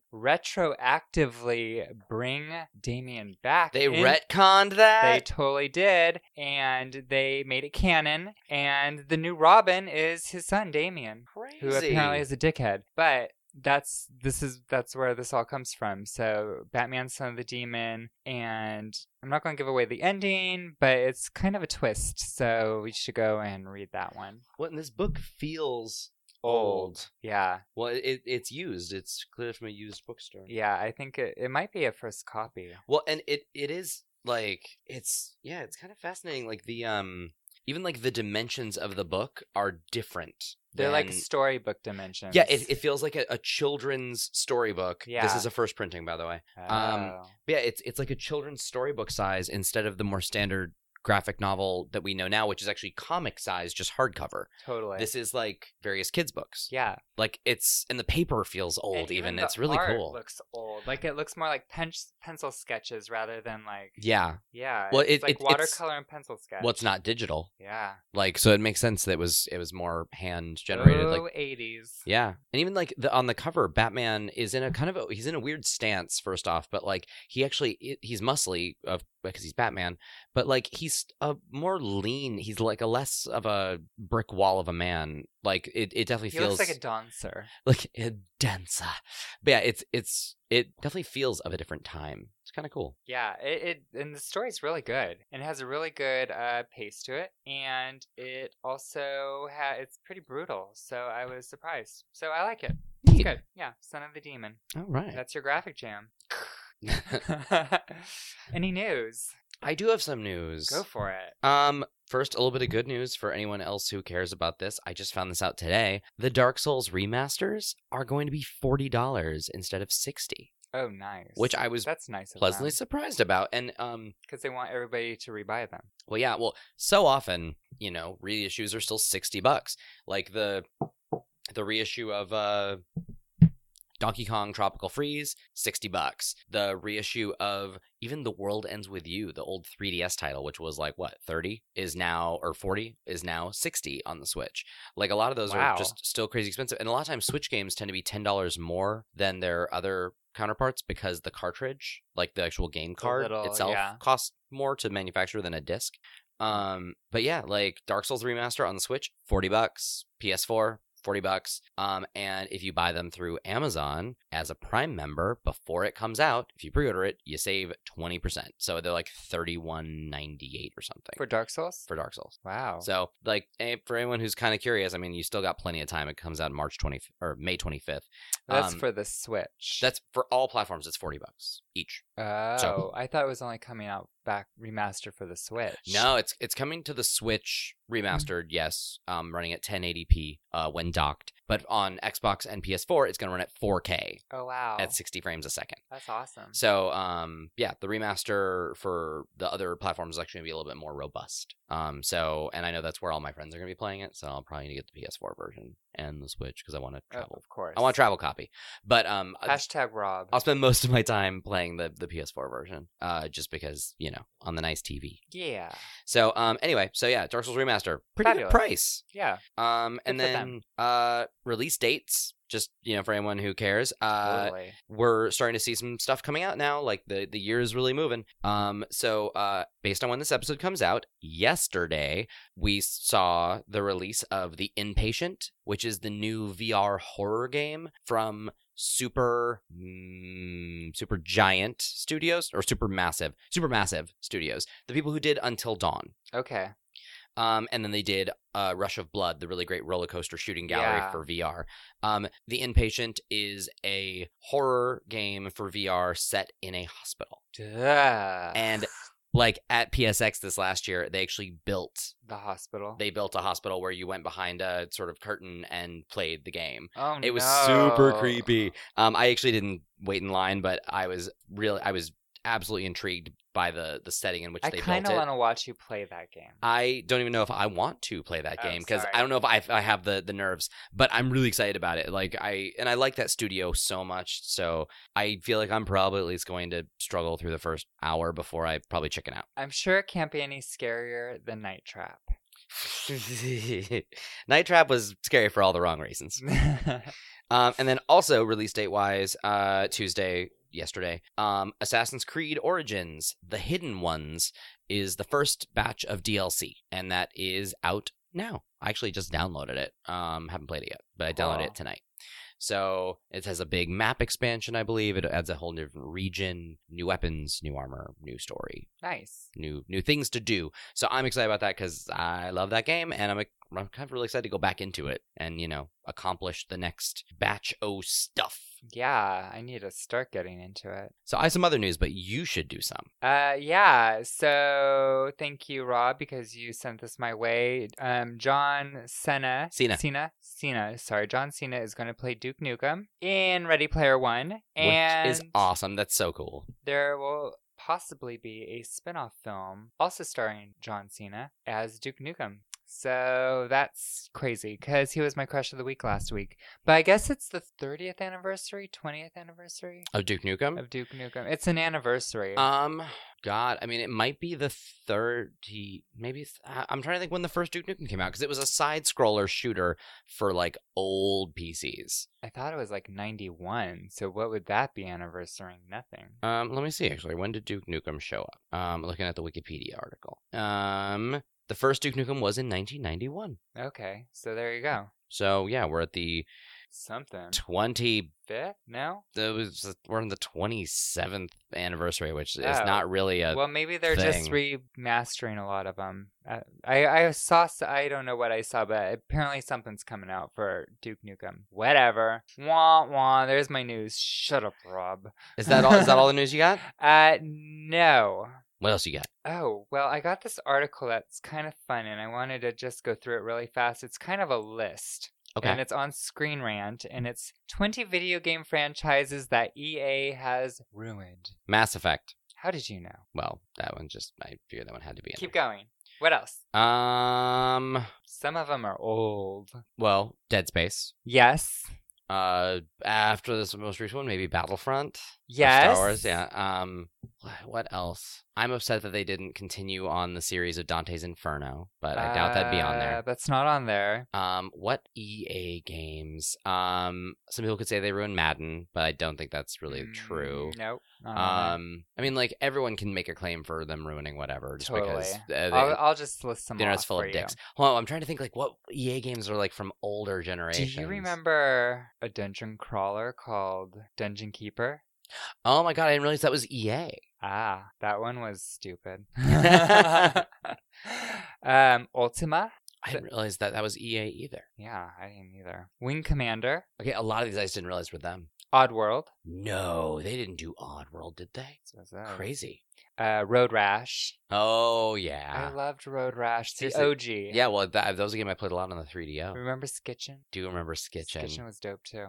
Speaker 1: retroactively bring Damien back.
Speaker 2: They
Speaker 1: in-
Speaker 2: retconned that.
Speaker 1: they totally did, and they made it canon. And the new Robin is his son Damien
Speaker 2: Crazy.
Speaker 1: who apparently is a dickhead. But that's this is that's where this all comes from. So Batman, Son of the Demon, and I'm not going to give away the ending, but it's kind of a twist. So we should go and read that one.
Speaker 2: Well, and this book feels
Speaker 1: Old. Yeah,
Speaker 2: Well, it- it, it's used. It's clear from a used bookstore.
Speaker 1: yeah. I think it, it might be a first copy.
Speaker 2: Well, and it it is like it's yeah, it's kind of fascinating. Like the um, even like the dimensions of the book are different.
Speaker 1: They're like
Speaker 2: than-
Speaker 1: storybook dimensions.
Speaker 2: yeah, it, it feels like a, a children's storybook. this
Speaker 1: Yeah.
Speaker 2: is a first printing, by the way. um,
Speaker 1: Oh.
Speaker 2: But yeah, it's it's like a children's storybook size instead of the more standard graphic novel that we know now, which is actually comic size, just hardcover.
Speaker 1: totally.
Speaker 2: This is like various kids' books.
Speaker 1: yeah,
Speaker 2: Like it's and the paper feels old.
Speaker 1: And
Speaker 2: even,
Speaker 1: the
Speaker 2: it's really
Speaker 1: art
Speaker 2: cool.
Speaker 1: Looks old, like it looks more like pen- pencil sketches rather than like
Speaker 2: yeah.
Speaker 1: yeah.
Speaker 2: Well,
Speaker 1: it's
Speaker 2: it-
Speaker 1: like
Speaker 2: it- it's-
Speaker 1: watercolor and pencil sketch.
Speaker 2: Well, it's not digital.
Speaker 1: Yeah.
Speaker 2: like so it makes sense that it was it was more hand generated like
Speaker 1: Oh, 80s.
Speaker 2: yeah and even like the on the cover batman is in a kind of a, he's in a weird stance first off but like he actually i- he's muscly of because he's batman but like he's a more lean he's like a less of a brick wall of a man like it, it definitely
Speaker 1: He
Speaker 2: feels
Speaker 1: looks like a dancer.
Speaker 2: *laughs* like a dancer but yeah it's it's it definitely feels of a different time it's kind of cool
Speaker 1: Yeah, it, it and the story's really good. And it has a really good uh, pace to it, and it also ha- it's pretty brutal. So I was surprised. So I like it. It's
Speaker 2: Neat.
Speaker 1: good. Yeah, Son of the Demon.
Speaker 2: All right.
Speaker 1: That's your graphic
Speaker 2: *laughs*
Speaker 1: jam. *laughs* Any news?
Speaker 2: I do have some news.
Speaker 1: Go for it.
Speaker 2: Um, first, a little bit of good news for anyone else who cares about this. I just found this out today. The Dark Souls remasters are going to be forty dollars instead of sixty,
Speaker 1: Oh, nice.
Speaker 2: which I was
Speaker 1: that's nice.
Speaker 2: pleasantly surprised about. And um,
Speaker 1: because they want everybody to rebuy them.
Speaker 2: well, yeah, well, so often you know reissues are still sixty bucks, like the the reissue of uh. Donkey Kong Tropical Freeze, 60 bucks. The reissue of even The World Ends With You, the old 3DS title, which was like what, 30 is now or 40 is now 60 on the Switch. Like a lot of those
Speaker 1: Wow.
Speaker 2: are just still crazy expensive. And a lot of times Switch games tend to be $10 more than their other counterparts because the cartridge, like the actual game card
Speaker 1: little-
Speaker 2: itself
Speaker 1: yeah.
Speaker 2: costs more to manufacture than a disc. Um, but yeah, like Dark Souls Remaster on the Switch, 40 bucks, PS4, 40 bucks. Um, and if you buy them through Amazon as a Prime member before it comes out, if you pre-order it, you save 20%. So they're like 31.98 or something
Speaker 1: For Oh. Dark Souls?
Speaker 2: for Dark Souls.
Speaker 1: Wow.
Speaker 2: So, like eh, for anyone who's kind of curious, I mean, you still got plenty of time. It comes out March 20th or May 25th.
Speaker 1: that's
Speaker 2: um,
Speaker 1: for the Switch.
Speaker 2: That's for all platforms, it's 40 bucks each.
Speaker 1: oh,
Speaker 2: so-
Speaker 1: I thought it was only coming out back remastered for the Switch.
Speaker 2: No, it's it's coming to the Switch
Speaker 1: Mm.
Speaker 2: remastered, yes, um, running at 1080p uh, when docked. But on Xbox and PS4, it's going to run at 4K
Speaker 1: Oh wow.
Speaker 2: at 60 frames a second.
Speaker 1: that's awesome.
Speaker 2: So, um, yeah, the remaster for the other platforms is actually going to be a little bit more robust. Um, so, and I know that's where all my friends are going to be playing it, so I'll probably need to get the PS4 version and the Switch because I want to
Speaker 1: Oh,
Speaker 2: travel.
Speaker 1: of course.
Speaker 2: I want a travel copy, but um, I-
Speaker 1: Hashtag Rob.
Speaker 2: I'll spend most of my time playing the the PS4 version, uh, just because you know on the nice TV.
Speaker 1: yeah.
Speaker 2: So, um, anyway, so yeah, Dark Souls Remaster, pretty
Speaker 1: Fabulous.
Speaker 2: good price.
Speaker 1: Yeah.
Speaker 2: Um, and
Speaker 1: Good for
Speaker 2: then uh, release dates, just you know for anyone who cares. Uh,
Speaker 1: Totally.
Speaker 2: we're starting to see some stuff coming out now. Like the the year is really moving. Um, so uh, based on when this episode comes out, yesterday we saw the release of the Inpatient, which is the new VR horror game from Super mm, Super Giant Studios or Super Massive Super Massive Studios, the people who did Until Dawn.
Speaker 1: Okay.
Speaker 2: Um, and then they did uh, Rush of Blood, the really great roller coaster shooting gallery
Speaker 1: Yeah.
Speaker 2: for VR. Um, the Inpatient is a horror game for VR set in a hospital.
Speaker 1: Duh. *sighs*
Speaker 2: And like at PSX this last year, they actually built
Speaker 1: the hospital.
Speaker 2: they built a hospital where you went behind a sort of curtain and played the game.
Speaker 1: oh
Speaker 2: It was super
Speaker 1: no.
Speaker 2: creepy. Um, I actually didn't wait in line, but I was really I was absolutely intrigued by the the setting in which
Speaker 1: I
Speaker 2: they
Speaker 1: kind
Speaker 2: built
Speaker 1: of
Speaker 2: it.
Speaker 1: want to watch you play that game.
Speaker 2: I don't even know if I want to play that
Speaker 1: Oh,
Speaker 2: game because
Speaker 1: sorry.
Speaker 2: I don't know if I, if I have the the nerves. But I'm really excited about it. Like I and I like that studio so much, so I feel like I'm probably at least going to struggle through the first hour before I probably chicken out. *laughs*
Speaker 1: I'm sure it can't be any scarier than Night Trap. *laughs*
Speaker 2: Night Trap was scary for all the wrong reasons. Um, and then also release date wise, uh, Tuesday, yesterday, um, Assassin's Creed Origins: The Hidden Ones is the first batch of DLC, and that is out now. I actually just downloaded it. Um, haven't played it yet, but I downloaded
Speaker 1: Cool.
Speaker 2: it tonight. So it has a big map expansion, I believe. It adds a whole new region, new weapons, new armor, new story,
Speaker 1: nice.
Speaker 2: new new things to do. So I'm excited about that because I love that game, and I'm I'm kind of really excited to go back into it and you know accomplish the next batch o stuff.
Speaker 1: Yeah, I need to start getting into it.
Speaker 2: So I have some other news, but you should do some.
Speaker 1: Uh, yeah. So thank you, Rob, because you sent this my way. Um, John Cena,
Speaker 2: Cena.
Speaker 1: Cena, Cena. Sorry, John Cena is going to play Duke Nukem in Ready Player One, and
Speaker 2: Which is awesome. That's so cool.
Speaker 1: there will possibly be a spin-off film also starring John Cena as Duke Nukem. So that's crazy because he was my crush of the week last week. But I guess it's the 30th anniversary, 20th anniversary
Speaker 2: Of Duke Nukem.
Speaker 1: of Duke Nukem. It's an anniversary.
Speaker 2: Um, God, I mean, it might be the thirty, maybe. it's- I- I'm trying to think when the first Duke Nukem came out because it was a side scroller shooter for like old PCs.
Speaker 1: I thought it was like 91. So what would that be anniversarying? Nothing.
Speaker 2: Um, let me see actually. When did Duke Nukem show up? Um, looking at the Wikipedia article. Um, the first Duke Nukem was in 1991.
Speaker 1: Okay. So there you go.
Speaker 2: So yeah, we're at the
Speaker 1: Something.
Speaker 2: 20
Speaker 1: Fifth? No?
Speaker 2: it was, uh, we're on the 27th anniversary which is
Speaker 1: Oh.
Speaker 2: not really a
Speaker 1: well, maybe they're just
Speaker 2: thing.
Speaker 1: remastering a lot of them. Uh, I I saw s- I don't know what I saw, but apparently something's coming out for Duke Nukem. Whatever. Wah wah. There's my news. Shut up, Rob.
Speaker 2: is that all is that all the news
Speaker 1: *laughs*
Speaker 2: you got
Speaker 1: Uh, no.
Speaker 2: what else you got
Speaker 1: Oh, well, I got this article that's kind of fun and I wanted to just go through it really fast. It's kind of a list.
Speaker 2: okay
Speaker 1: And it's on Screen Rant and it's 20 video game franchises that EA has ruined.
Speaker 2: mass effect
Speaker 1: How did you know?
Speaker 2: well that one just i figured that one had to be in
Speaker 1: Keep going. What else?
Speaker 2: going um
Speaker 1: Some of them are old.
Speaker 2: well dead space
Speaker 1: Yes.
Speaker 2: uh after this most recent one maybe battlefront for
Speaker 1: Yes.
Speaker 2: Star Wars, yeah. Um, wh- what else? I'm upset that they didn't continue on the series of Dante's Inferno, but I doubt that'd be on
Speaker 1: Uh,
Speaker 2: there.
Speaker 1: That's not on there.
Speaker 2: Um, what EA games? Um, some people could say they ruined Madden, but I don't think that's really true.
Speaker 1: Mm, Nope. not on
Speaker 2: Um, I mean, like everyone can make a claim for them ruining whatever, just because
Speaker 1: Totally.
Speaker 2: uh,
Speaker 1: there.
Speaker 2: they,
Speaker 1: I'll, I'll just list some
Speaker 2: the internet's
Speaker 1: off
Speaker 2: full
Speaker 1: for
Speaker 2: of
Speaker 1: you.
Speaker 2: dicks. Well, I'm trying to think like what EA games are like from older
Speaker 1: Do
Speaker 2: generations.
Speaker 1: you remember a dungeon crawler called Dungeon Keeper?
Speaker 2: Oh my god, I didn't realize that was EA.
Speaker 1: Ah, that one was
Speaker 2: *laughs*
Speaker 1: stupid. *laughs* um, Ultima?
Speaker 2: I didn't realize that that was EA either.
Speaker 1: Yeah, I didn't either. Wing Commander,
Speaker 2: Okay, a lot of these I just didn't realize were them.
Speaker 1: Oddworld.
Speaker 2: No, they didn't do Oddworld, did they?
Speaker 1: So is that-
Speaker 2: Crazy.
Speaker 1: Uh, Road Rash.
Speaker 2: Oh
Speaker 1: I
Speaker 2: yeah,
Speaker 1: loved Road Rash. The
Speaker 2: Seriously.
Speaker 1: OG.
Speaker 2: yeah. Well, that, that was a game I played a lot on the 3DO.
Speaker 1: Remember Skitchin?
Speaker 2: Do remember Skitchin?
Speaker 1: Skitchin was dope too.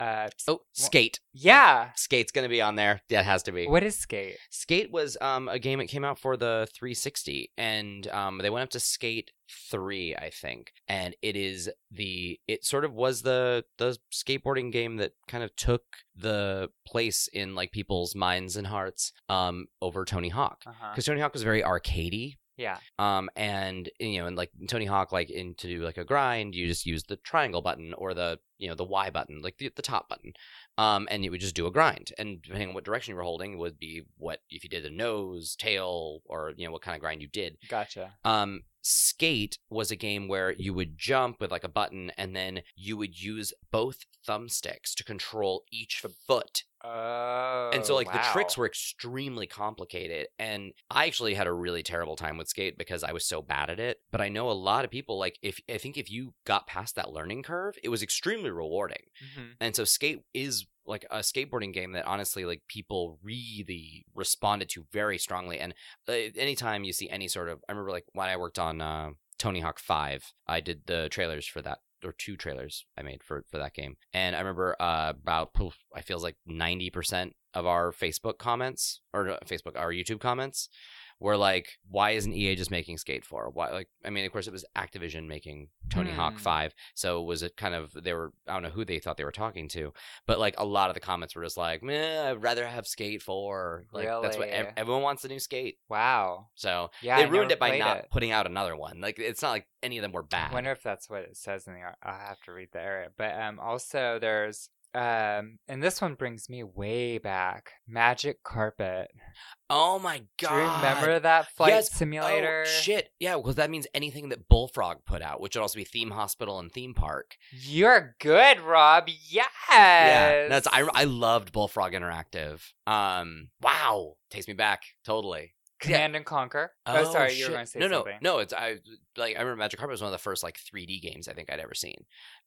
Speaker 1: Uh, s-
Speaker 2: Oh, Skate.
Speaker 1: yeah.
Speaker 2: Skate's gonna be on there. That has to be.
Speaker 1: What is skate?
Speaker 2: Skate was um a game that came out for the 360, and um they went up to Skate Three, I think, and it is the it sort of was the the skateboarding game that kind of took the place in like people's minds and hearts um over Tony Hawk
Speaker 1: Uh huh.
Speaker 2: because Tony Hawk was very arcadey
Speaker 1: Yeah.
Speaker 2: um and you know and like tony hawk like in to do like a grind you just use the triangle button or the you know the y button like the, the top button um and it would just do a grind and depending on what direction you were holding would be what if you did a nose tail or you know what kind of grind you did
Speaker 1: Gotcha.
Speaker 2: um skate was a game where you would jump with like a button and then you would use both thumbsticks to control each foot
Speaker 1: Oh.
Speaker 2: and so like the tricks
Speaker 1: wow.
Speaker 2: were extremely complicated and i actually had a really terrible time with skate because i was so bad at it but i know a lot of people like if i think if you got past that learning curve it was extremely rewarding
Speaker 1: Mhm.
Speaker 2: and so skate is like a skateboarding game that honestly like people really responded to very strongly and uh, anytime you see any sort of i remember like when i worked on uh, tony hawk 5 i did the trailers for that or two trailers i made for for that game and i remember uh, about poof, i feels like 90% of our facebook comments or uh, facebook our youtube comments were like why isn't ea just making skate 4 why like i mean of course it was activision making tony hawk
Speaker 1: Hmm.
Speaker 2: 5 so it was it kind of they were I don't know who they thought they were talking to, but like a lot of the comments were just like, "Meh, I'd rather have Skate 4. Like that's what ev-
Speaker 1: Really?
Speaker 2: everyone wants a new Skate.
Speaker 1: Wow.
Speaker 2: So
Speaker 1: Yeah.
Speaker 2: they
Speaker 1: I
Speaker 2: ruined
Speaker 1: never
Speaker 2: it by
Speaker 1: played
Speaker 2: not
Speaker 1: it.
Speaker 2: putting out another one. Like it's not like any of them were bad.
Speaker 1: wonder if that's what it says in the ar- I'll have to read the area. But um also there's um and this one brings me way back. Magic Carpet.
Speaker 2: oh my god!
Speaker 1: Do you remember that flight
Speaker 2: Yes.
Speaker 1: simulator?
Speaker 2: Oh, shit. Yeah, because that means anything that Bullfrog put out, which would also be Theme Hospital and Theme Park.
Speaker 1: You're good, Rob. Yes.
Speaker 2: Yeah, that's I. I loved Bullfrog Interactive. Um, wow, takes me back totally.
Speaker 1: Command and Conquer. Oh, sorry, you
Speaker 2: shit.
Speaker 1: were going to say
Speaker 2: no, no,
Speaker 1: something.
Speaker 2: no. It's I like I remember Magic Carpet was one of the first like 3D games I think I'd ever seen.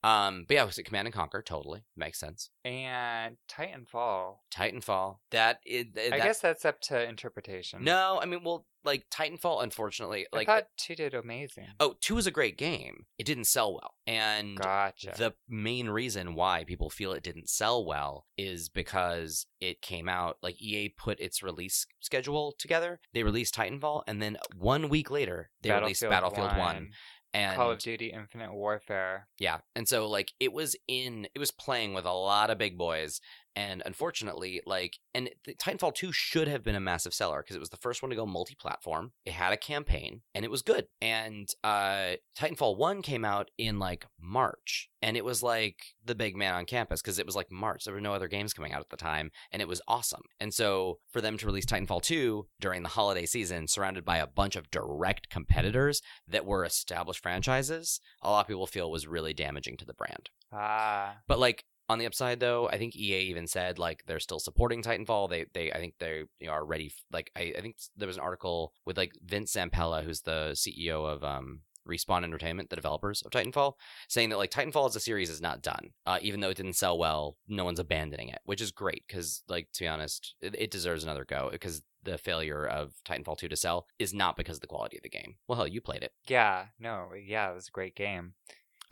Speaker 2: Um, but yeah, it was Command and Conquer. Totally makes sense.
Speaker 1: And Titanfall.
Speaker 2: Titanfall. That it. it-
Speaker 1: I
Speaker 2: that-
Speaker 1: guess that's up to interpretation.
Speaker 2: No, I mean, well, like Titanfall. Unfortunately,
Speaker 1: I
Speaker 2: like uh
Speaker 1: thought two did amazing.
Speaker 2: oh, two is a great game. It didn't sell well, and
Speaker 1: gotcha.
Speaker 2: The main reason why people feel it didn't sell well is because it came out like EA put its release schedule together. They released Titanfall, and then one week later they released Battlefield One, and
Speaker 1: Call of Duty Infinite Warfare.
Speaker 2: yeah, and so like it was in, it was playing with a lot of big boys, And unfortunately, like, and the Titanfall 2 should have been a massive seller because it was the first one to go multi platform. It had a campaign and it was good. And uh, Titanfall 1 came out in like March and it was like the big man on campus because it was like March. There were no other games coming out at the time and it was awesome. And so for them to release Titanfall 2 during the holiday season, surrounded by a bunch of direct competitors that were established franchises, a lot of people feel was really damaging to the brand.
Speaker 1: Ah,
Speaker 2: But like on the upside though, I think EA even said like they're still supporting Titanfall. They they I think they you know, are ready. f- Like I, I think there was an article with like Vince Zampella, who's the CEO of um Respawn Entertainment, the developers of Titanfall, saying that like Titanfall as a series is not done. Uh, even though it didn't sell well, no one's abandoning it, which is great because like to be honest, it, it deserves another go because the failure of Titanfall 2 to sell is not because of the quality of the game. Well, hell, you played it.
Speaker 1: yeah. No, yeah, it was a great game.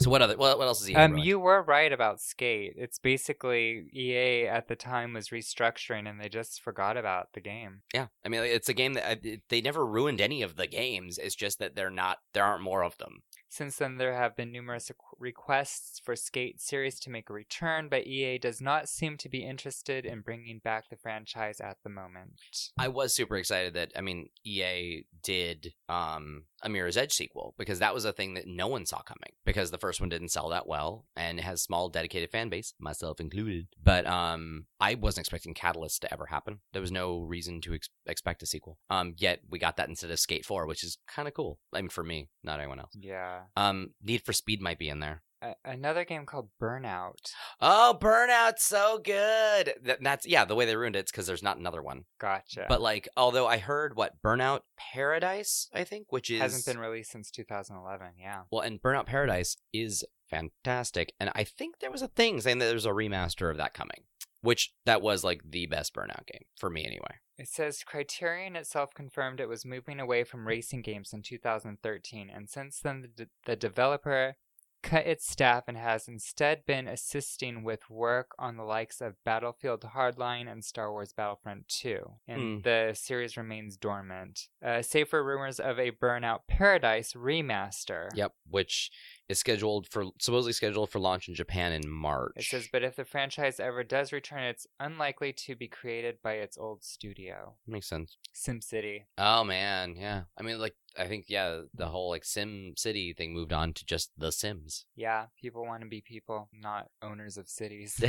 Speaker 2: So what other what, what else is EA?
Speaker 1: Um,
Speaker 2: ruined?
Speaker 1: you were right about Skate. It's basically EA at the time was restructuring, and they just forgot about the game.
Speaker 2: Yeah, I mean, it's a game that I, it- they never ruined any of the games. It's just that they're not there aren't more of them.
Speaker 1: Since then, there have been numerous requ- requests for Skate series to make a return, but EA does not seem to be interested in bringing back the franchise at the moment.
Speaker 2: I was super excited that I mean, EA did um, a Mirror's Edge sequel because that was a thing that no one saw coming because the first one didn't sell that well and has small dedicated fan base, myself included. But um, I wasn't expecting Catalyst to ever happen. There was no reason to ex- expect a sequel. Um, yet we got that instead of Skate Four, which is kind of cool. I mean, for me, not anyone else.
Speaker 1: Yeah.
Speaker 2: Um, Need for Speed might be in there.
Speaker 1: A- another game called Burnout.
Speaker 2: Oh, burnout's so good. Th- that's yeah. The way they ruined it's because there's not another one.
Speaker 1: Gotcha.
Speaker 2: But like, although I heard what Burnout Paradise, I think, which is
Speaker 1: hasn't been released since 2011. Yeah.
Speaker 2: well, and Burnout Paradise is fantastic. And I think there was a thing saying that there's a remaster of that coming, which that was like the best Burnout game for me anyway.
Speaker 1: It says Criterion itself confirmed it was moving away from racing games in 2013, and since then, the, d- the developer cut its staff and has instead been assisting with work on the likes of Battlefield Hardline and Star Wars Battlefront 2, and the series remains dormant. Uh, save for rumors of a Burnout Paradise remaster.
Speaker 2: Yep, which is scheduled for supposedly scheduled for launch in Japan in March.
Speaker 1: It says, but if the franchise ever does return, it's unlikely to be created by its old studio,
Speaker 2: makes sense.
Speaker 1: SimCity.
Speaker 2: Oh man, yeah. I mean, like, I think yeah, the whole like Sim City thing moved on to just The Sims.
Speaker 1: Yeah, people want to be people, not owners of cities.
Speaker 2: *laughs*
Speaker 1: *laughs*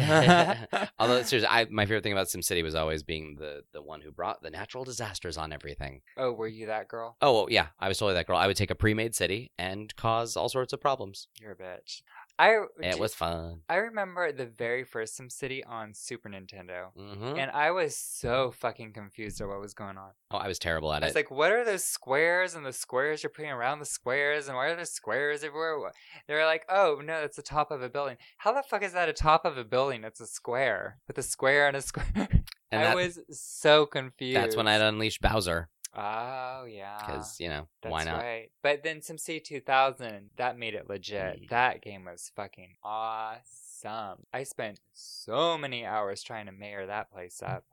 Speaker 2: Although seriously, I, my favorite thing about SimCity was always being the the one who brought the natural disasters on everything.
Speaker 1: oh, were you that girl?
Speaker 2: Oh well, yeah, I was totally that girl. I would take a pre-made city and cause all sorts of problems.
Speaker 1: You're a bitch. I
Speaker 2: It
Speaker 1: d-
Speaker 2: was fun.
Speaker 1: I remember the very first SimCity on Super Nintendo,
Speaker 2: hmm
Speaker 1: and I was so fucking confused at what was going on.
Speaker 2: Oh, I was terrible at
Speaker 1: I was
Speaker 2: it.
Speaker 1: like, "What are those squares and the squares you're putting around the squares and why are there squares everywhere?" Wha- They were like, "Oh no, that's the top of a building." How the fuck is that a top of a building? It's a square with a square and a square. *laughs*
Speaker 2: and
Speaker 1: I
Speaker 2: that-
Speaker 1: was so confused.
Speaker 2: that's when I unleashed Bowser
Speaker 1: Oh yeah.
Speaker 2: because you know
Speaker 1: That's
Speaker 2: why not?
Speaker 1: Right. But then SimCity 2000, that made it legit.
Speaker 2: Mm.
Speaker 1: That game was fucking awesome. I spent so many hours trying to mayor that place up.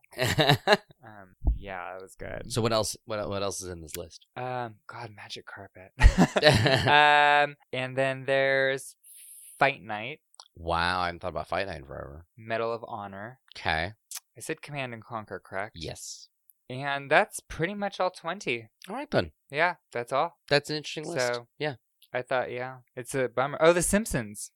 Speaker 1: Um, yeah, it was good.
Speaker 2: *laughs* so what else? What what else is in
Speaker 1: *laughs*
Speaker 2: this list? *laughs*
Speaker 1: um, God, Magic Carpet. *laughs* um, and then there's Fight Night,
Speaker 2: Wow, I haven't thought about Fight Night in forever.
Speaker 1: Medal of Honor.
Speaker 2: Okay.
Speaker 1: I said Command and Conquer, correct?
Speaker 2: Yes.
Speaker 1: And that's pretty much all 20.
Speaker 2: All right then.
Speaker 1: Yeah, that's all.
Speaker 2: That's an interesting list.
Speaker 1: So-
Speaker 2: yeah.
Speaker 1: I thought, yeah, it's a bummer. Oh, The Simpsons.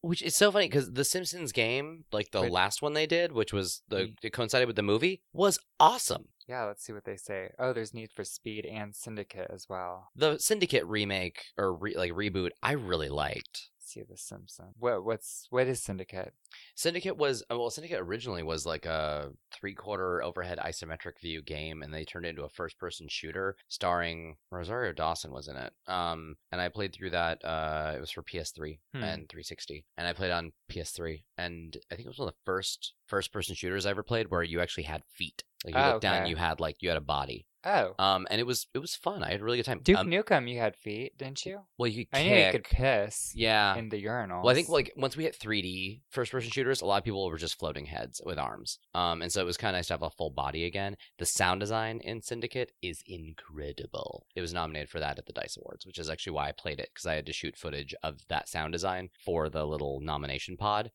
Speaker 2: Which is so funny because the Simpsons game, like the
Speaker 1: Right.
Speaker 2: last one they did, which was the
Speaker 1: Mm.
Speaker 2: it coincided with the movie, was awesome.
Speaker 1: Yeah, let's see what they say. Oh, there's Need for Speed and Syndicate as well.
Speaker 2: The Syndicate remake or re, like reboot, I really liked.
Speaker 1: see the Simpsons. What what's what is Syndicate?
Speaker 2: Syndicate was uh, well, Syndicate originally was like a three-quarter overhead isometric view game, and they turned it into a first-person shooter starring Rosario Dawson was in it. Um, and I played through that. Uh, it was for PS3
Speaker 1: Hmm.
Speaker 2: and 360, and I played on PS3, and I think it was one of the first first-person shooters I ever played where you actually had feet. Like you
Speaker 1: Oh,
Speaker 2: looked down,
Speaker 1: okay.
Speaker 2: you had like you had a body.
Speaker 1: Oh,
Speaker 2: Um, and it was it was fun. I had a really good time.
Speaker 1: Duke
Speaker 2: um,
Speaker 1: Nukem, you had feet, didn't you?
Speaker 2: well, you could
Speaker 1: I
Speaker 2: kick.
Speaker 1: knew you could piss
Speaker 2: yeah.
Speaker 1: in the urinals.
Speaker 2: Well, I think like once we hit 3D first person shooters, a lot of people were just floating heads with arms. Um, and so it was kind of nice to have a full body again. The sound design in Syndicate is incredible. It was nominated for that at the Dice Awards, which is actually why I played it because I had to shoot footage of that sound design for the little nomination pod,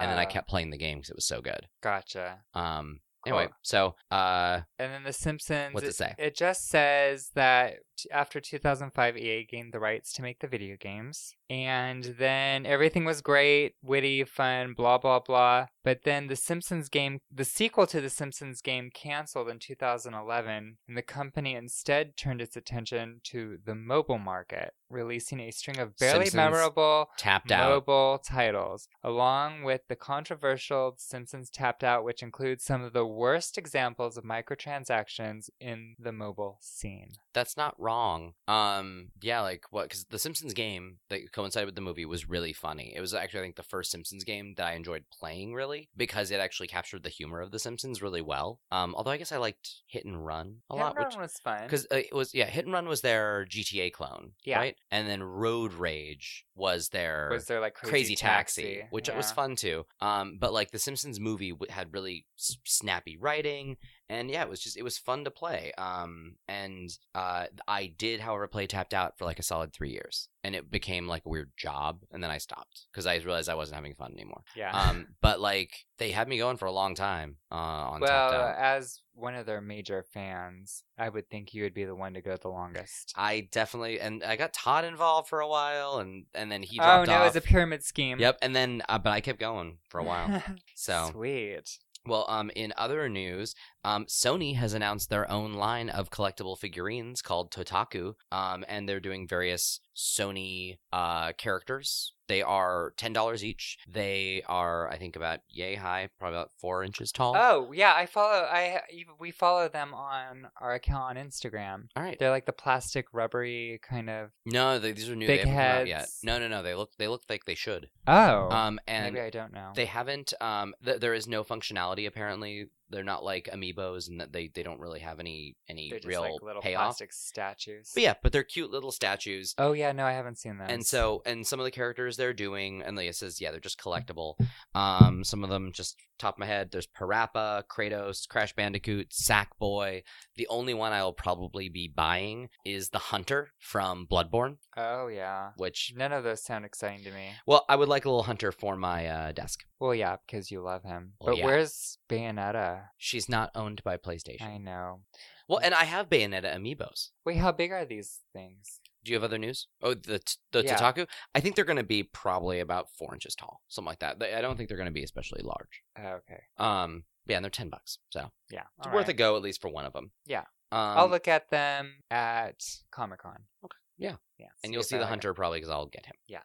Speaker 2: and then I
Speaker 1: Ah,
Speaker 2: kept playing the game because it was so good.
Speaker 1: Gotcha.
Speaker 2: Um, anyway,
Speaker 1: Cool.
Speaker 2: so uh,
Speaker 1: And then The Simpsons.
Speaker 2: What's it say?
Speaker 1: It just says that t- after 2005, EA E gained the rights to make the video games. And then everything was great, witty, fun, blah, blah, blah. But then The Simpsons game, the sequel to The Simpsons game, canceled in 2011. And the company instead turned its attention to the mobile market, releasing a string of barely
Speaker 2: Simpsons
Speaker 1: memorable
Speaker 2: tapped out.
Speaker 1: mobile titles, along with the controversial Simpsons Tapped Out, which includes some of the worst examples of microtransactions in the mobile scene.
Speaker 2: That's not wrong. Um, yeah, like what? Because the Simpsons game that coincided with the movie was really funny. It was actually I think the first Simpsons game that I enjoyed playing really because it actually captured the humor of the Simpsons really well. Um, although I guess I liked Hit and Run a lot,
Speaker 1: Hit and
Speaker 2: which
Speaker 1: Run was fun.
Speaker 2: because uh, it was yeah, Hit and Run was their GTA clone,
Speaker 1: Yeah.
Speaker 2: right? And then Road Rage was their
Speaker 1: was there like
Speaker 2: Crazy, Taxi, which was
Speaker 1: Yeah.
Speaker 2: fun too. Um, but like the Simpsons movie w- had really s- snappy writing, and yeah, it was just it was fun to play. Um, and uh, I did, however, play Tapped Out for like a solid three years, and it became like a weird job, and then I stopped because I realized I wasn't having
Speaker 1: *laughs*
Speaker 2: fun anymore.
Speaker 1: Yeah.
Speaker 2: Um, but like they had me going for a long time uh, on Tapped
Speaker 1: well,
Speaker 2: Out.
Speaker 1: as one of their major fans, I would think you would be the one to go the longest.
Speaker 2: I definitely and I got Todd involved for a while, and and then he
Speaker 1: oh
Speaker 2: dropped
Speaker 1: no,
Speaker 2: off.
Speaker 1: it's a pyramid scheme. *laughs*
Speaker 2: Yep, and then uh, but I kept going for a while. So
Speaker 1: sweet.
Speaker 2: Well, um, in other news, um, Sony has announced their own line of collectible figurines called Totaku, um, and they're doing various Sony uh, characters. They are ten dollars each. They are, I think, about yay high, probably about four inches tall.
Speaker 1: Oh yeah, I follow. I we follow them on our account on Instagram.
Speaker 2: All right.
Speaker 1: They're like the plastic, rubbery kind of.
Speaker 2: No, they, these are new.
Speaker 1: Big
Speaker 2: they haven't come out yet.
Speaker 1: heads.
Speaker 2: No, no, no. They look. They look like they should.
Speaker 1: Oh,
Speaker 2: Um, and
Speaker 1: maybe I don't know.
Speaker 2: They haven't. Um, th- there is no functionality. Apparently, they're not like amiibos, and that they they don't really have any any
Speaker 1: They're just
Speaker 2: real
Speaker 1: like little
Speaker 2: payoff.
Speaker 1: plastic statues.
Speaker 2: But yeah, but they're cute little statues.
Speaker 1: Oh yeah, no, I haven't seen those.
Speaker 2: And so, and some of the characters they're doing, and like it says, yeah, they're just collectible. Um, some of them just top of my head. There's Parappa, Kratos, Crash Bandicoot, Sackboy. The only one I'll probably be buying is the Hunter from Bloodborne,
Speaker 1: Oh yeah.
Speaker 2: which.
Speaker 1: None of those sound exciting to me.
Speaker 2: Well, I would like a little hunter for my uh, desk.
Speaker 1: Well, yeah, because you love him.
Speaker 2: Well,
Speaker 1: but
Speaker 2: yeah.
Speaker 1: where's Bayonetta?
Speaker 2: She's not owned by PlayStation.
Speaker 1: I know.
Speaker 2: Well, and I have Bayonetta amiibos.
Speaker 1: Wait, how big are these things?
Speaker 2: Do you have other news? Oh, the t- the
Speaker 1: Yeah.
Speaker 2: Tataku. I think they're going to be probably about four inches tall, something like that. They- I don't think they're going to be especially large.
Speaker 1: Oh, okay.
Speaker 2: Um, yeah, and they're ten bucks, so
Speaker 1: Yeah.
Speaker 2: it's
Speaker 1: all
Speaker 2: worth a
Speaker 1: right.
Speaker 2: go at least for one of them.
Speaker 1: Yeah.
Speaker 2: um,
Speaker 1: I'll look at them at Comic Con.
Speaker 2: Okay, yeah.
Speaker 1: Yeah.
Speaker 2: and you'll
Speaker 1: if
Speaker 2: see
Speaker 1: I
Speaker 2: the
Speaker 1: like
Speaker 2: hunter probably because I'll get him.
Speaker 1: Yeah.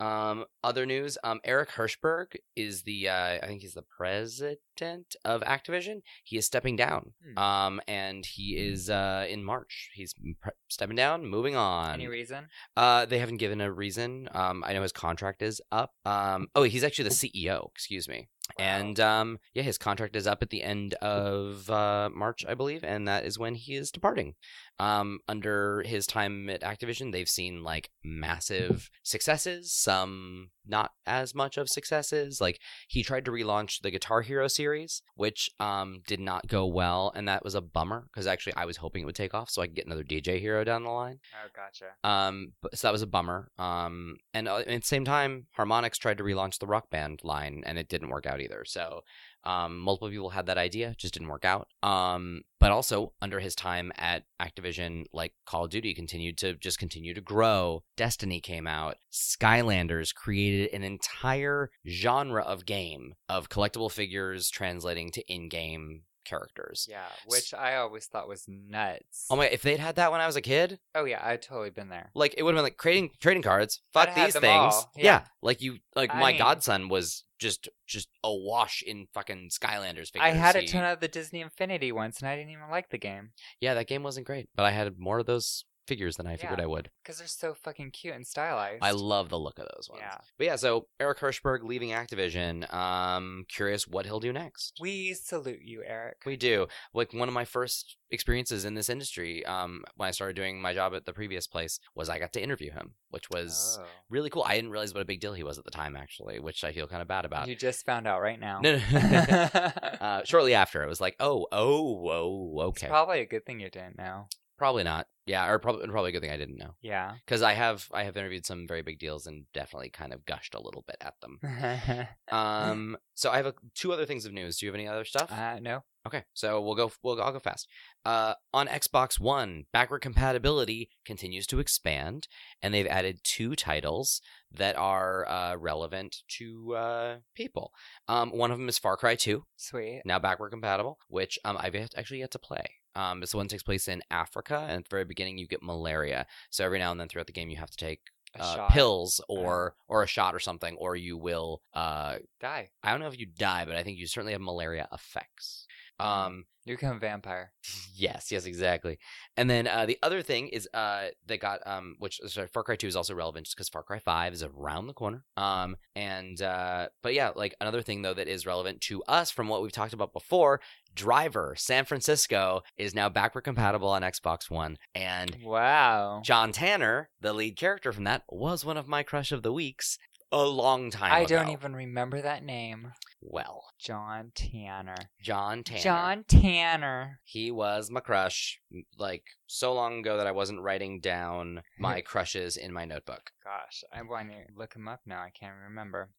Speaker 2: Um, other news. Um, Eric Hirschberg is the uh, I think he's the president of Activision. He is stepping down.
Speaker 1: Hmm.
Speaker 2: Um, and he is uh in March. He's pre- stepping down, moving
Speaker 1: it.
Speaker 2: on.
Speaker 1: Any reason?
Speaker 2: Uh, they haven't given a reason. Um, I know his contract is up. Um, oh, he's actually the CEO. Excuse me. And um, yeah, his contract is up at the end of uh, March, I believe, and that is when he is departing. Um, under his time at Activision, they've seen like massive successes, some not as much of successes. Like he tried to relaunch the Guitar Hero series, which um, did not go well, and that was a bummer because actually I was hoping it would take off so I could get another DJ Hero down the line.
Speaker 1: Oh, gotcha.
Speaker 2: Um, but, so that was a bummer. Um, and uh, at the same time, Harmonix tried to relaunch the Rock Band line, and it didn't work out either. So, um, multiple people had that idea, it just didn't work out. Um, but also under his time at Activision, like Call of Duty continued to just continue to grow. Destiny came out. Skylanders created an entire genre of game of collectible figures translating to in-game characters.
Speaker 1: Yeah, which I always thought was nuts.
Speaker 2: Oh my! If they'd had that when I was a kid,
Speaker 1: oh yeah, I've totally been there.
Speaker 2: like it would have been like trading trading cards.
Speaker 1: I'd
Speaker 2: Fuck
Speaker 1: have
Speaker 2: these
Speaker 1: them
Speaker 2: things.
Speaker 1: all,
Speaker 2: Yeah.
Speaker 1: yeah.
Speaker 2: like you, like
Speaker 1: I
Speaker 2: my
Speaker 1: mean-
Speaker 2: godson was just just awash in fucking Skylanders figures.
Speaker 1: I had a
Speaker 2: He-
Speaker 1: ton of the Disney Infinity once, and I didn't even like the game.
Speaker 2: yeah, that game wasn't great, but I had more of those figures than I figured
Speaker 1: Yeah.
Speaker 2: I would.
Speaker 1: because they're so fucking cute and stylized.
Speaker 2: I love the look of those ones.
Speaker 1: Yeah.
Speaker 2: But yeah, so Eric Hirschberg leaving Activision. Um, curious what he'll do next.
Speaker 1: We salute you, Eric.
Speaker 2: We do. Like one of my first experiences in this industry, um, when I started doing my job at the previous place, was I got to interview him, which was
Speaker 1: Oh.
Speaker 2: really cool. I didn't realize what a big deal he was at the time, actually, which I feel kind of bad about.
Speaker 1: You just found out right now. *laughs*
Speaker 2: No, no. *laughs* uh, shortly after, it was like, oh, oh, whoa,
Speaker 1: It's
Speaker 2: okay,
Speaker 1: probably a good thing you didn't know.
Speaker 2: probably not. Yeah, or probably probably a good thing I didn't know
Speaker 1: Yeah. *laughs*
Speaker 2: because I have I have interviewed some very big deals and definitely kind of gushed a little bit at *laughs* them.
Speaker 1: uh,
Speaker 2: Um, so I have a, two other things of news. Do you have any other stuff?
Speaker 1: no.
Speaker 2: Okay, so we'll go. We'll I'll go fast. Uh, on Xbox One, backward compatibility continues to expand, and they've added two titles that are uh, relevant to uh, people. Um, one of them is Far Cry Two,
Speaker 1: Sweet.
Speaker 2: now backward compatible, which um, I've yet, actually yet to play. Um, this one takes place in Africa, and at the very beginning, you get malaria. So every now and then throughout the game, you have to take
Speaker 1: A
Speaker 2: uh,
Speaker 1: shot.
Speaker 2: pills or or a shot or something, or you will uh,
Speaker 1: Die.
Speaker 2: I don't know if you die, but I think you certainly have malaria effects.
Speaker 1: Mm.
Speaker 2: Um,
Speaker 1: You become a vampire.
Speaker 2: yes, yes, exactly. And then uh, the other thing is uh, they got um, which sorry, Far Cry Two is also relevant just because Far Cry Five is around the corner. Um, and uh, but yeah, like another thing though that is relevant to us from what we've talked about before, Driver San Francisco is now backward compatible on Xbox One, and
Speaker 1: Wow.
Speaker 2: John Tanner, the lead character from that, was one of my crush of the weeks a long time
Speaker 1: I
Speaker 2: ago.
Speaker 1: don't even remember that name.
Speaker 2: well.
Speaker 1: John Tanner.
Speaker 2: John Tanner.
Speaker 1: John Tanner.
Speaker 2: He was my crush, m- like so long ago that I wasn't writing down my crushes in my notebook.
Speaker 1: Gosh, I want to look him up now. I can't remember.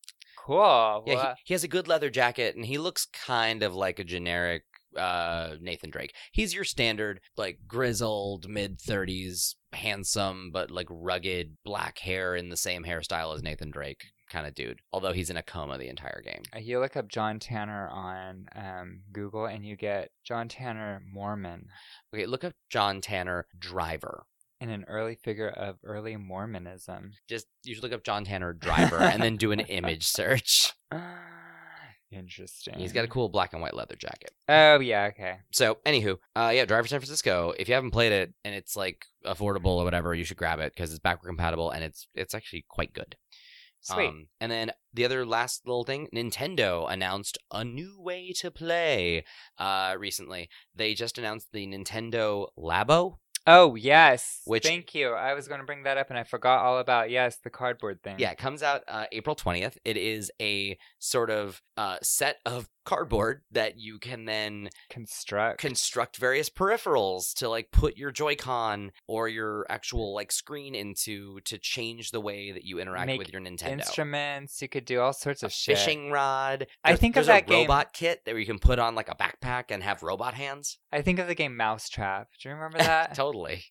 Speaker 1: Cool.
Speaker 2: Yeah,
Speaker 1: Well,
Speaker 2: he, he has a good leather jacket, and he looks kind of like a generic uh, Nathan Drake. He's your standard, like grizzled, mid thirties, handsome but like rugged, black hair in the same hairstyle as Nathan Drake kind of dude. Although he's in a coma the entire game.
Speaker 1: uh, you look up John Tanner on um, Google and you get John Tanner Mormon
Speaker 2: Okay, look up John Tanner Driver.
Speaker 1: and an early figure of early Mormonism.
Speaker 2: *gasps* Just you should look up John Tanner Driver and then *laughs* do an image search.
Speaker 1: Interesting.
Speaker 2: He's got a cool black and white leather jacket.
Speaker 1: Oh yeah, okay.
Speaker 2: So, anywho, uh, yeah, Driver San Francisco. If you haven't played it and it's like affordable or whatever, you should grab it because it's backward compatible and it's it's actually quite good.
Speaker 1: Sweet.
Speaker 2: Um, and then the other last little thing, Nintendo announced a new way to play. Uh, recently, they just announced the Nintendo Labo.
Speaker 1: oh yes.
Speaker 2: which-
Speaker 1: Thank you. I was going to bring that up and I forgot all about yes the cardboard thing.
Speaker 2: Yeah, it comes out uh, April twentieth. It is a sort of uh, set of cardboard that you can then
Speaker 1: Construct.
Speaker 2: construct various peripherals to like put your Joy-Con or your actual like screen into to change the way that you interact
Speaker 1: Make
Speaker 2: with your Nintendo.
Speaker 1: Instruments. You could do all sorts of shit.
Speaker 2: Uh, Fishing rod.
Speaker 1: I
Speaker 2: There's-
Speaker 1: think of
Speaker 2: there's a
Speaker 1: that game-
Speaker 2: robot kit that you can put on like a backpack and have robot hands.
Speaker 1: I think of the game Mousetrap. Do you
Speaker 2: *laughs*
Speaker 1: remember that?
Speaker 2: Totally.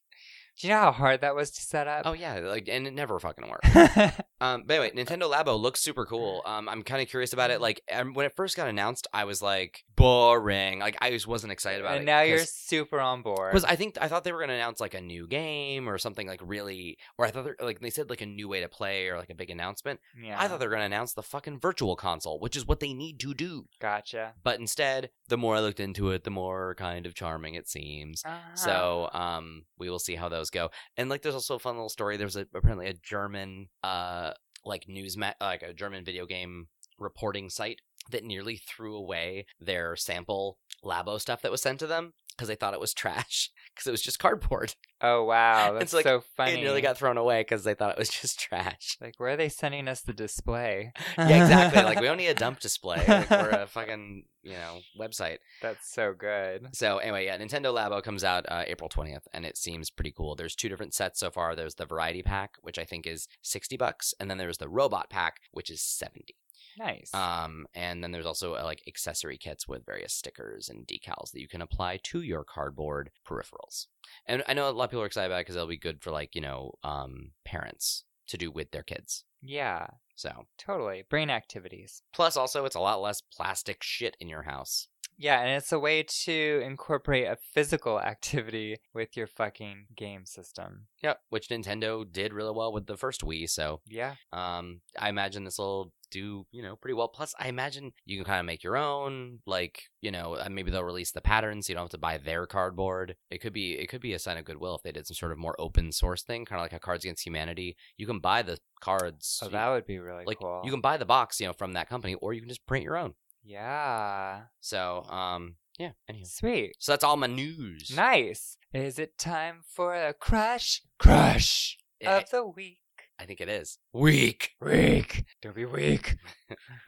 Speaker 1: do you know how hard that was to set up? *laughs*
Speaker 2: Oh yeah, like and it never fucking worked.
Speaker 1: yeah.
Speaker 2: Um, but anyway, Nintendo Labo looks super cool. Um, I'm kind of curious about it.
Speaker 1: Mm-hmm.
Speaker 2: Like um, when it first got announced, I was like boring. Like I just wasn't excited about it.
Speaker 1: and now you're
Speaker 2: 'cause-
Speaker 1: super on board.
Speaker 2: Because I think I thought they were going to announce like a new game or something like really, or I thought they're- like they said like a new way to play or like a big announcement.
Speaker 1: yeah.
Speaker 2: I thought they were going to announce the fucking virtual console, which is what they need to do.
Speaker 1: gotcha.
Speaker 2: But instead, the more I looked into it, the more kind of charming it seems.
Speaker 1: Uh-huh.
Speaker 2: So um, we will see how those go. And like, there's also a fun little story. There's a, apparently a German uh like news ma- like a German video game reporting site that nearly threw away their sample Labo stuff that was sent to them because they thought it was trash *laughs* because it was just cardboard.
Speaker 1: Oh wow,
Speaker 2: It's
Speaker 1: that's
Speaker 2: like,
Speaker 1: so funny.
Speaker 2: It nearly got thrown away because they thought it was just
Speaker 1: *laughs*
Speaker 2: *laughs* trash.
Speaker 1: like where are they sending us the display?
Speaker 2: *laughs* yeah,
Speaker 1: *laughs*
Speaker 2: exactly. Like we don't need a dump display. Like, we're a fucking you know website.
Speaker 1: That's so good.
Speaker 2: So anyway, yeah, Nintendo Labo comes out uh, April twentieth, and it seems pretty cool. There's two different sets so far. There's the variety pack, which I think is sixty bucks, and then there's the robot pack, which is seventy.
Speaker 1: Nice.
Speaker 2: Um, and then there's also uh, like accessory kits with various stickers and decals that you can apply to your cardboard peripherals. And I know a lot of people are excited about it because they'll be good for like you know um, parents to do with their kids.
Speaker 1: yeah,
Speaker 2: So
Speaker 1: totally. Brain activities.
Speaker 2: plus also it's a lot less plastic shit in your house.
Speaker 1: Yeah, and it's a way to incorporate a physical *laughs* activity with your fucking game system.
Speaker 2: Yep, which Nintendo did really well with the first Wii. So
Speaker 1: Yeah.
Speaker 2: um, I imagine this will do you know pretty well. Plus, I imagine you can kind of make your own. Like you know, uh, maybe they'll release the patterns. So you don't have to buy their cardboard. It could be it could be a sign of goodwill if they did some sort of more open source thing, kind of like a Cards Against Humanity. You can buy the cards.
Speaker 1: Oh,
Speaker 2: you-
Speaker 1: that would be really
Speaker 2: like
Speaker 1: cool.
Speaker 2: you can buy the box, you know, from that company, or you can just print your own.
Speaker 1: Yeah.
Speaker 2: So, um, yeah. Anyhow,
Speaker 1: Sweet.
Speaker 2: so that's all my news.
Speaker 1: Nice. Is it time for a crush? Crush
Speaker 2: Yeah,
Speaker 1: of the week.
Speaker 2: I, I think it is weak.
Speaker 1: Weak. Don't be weak.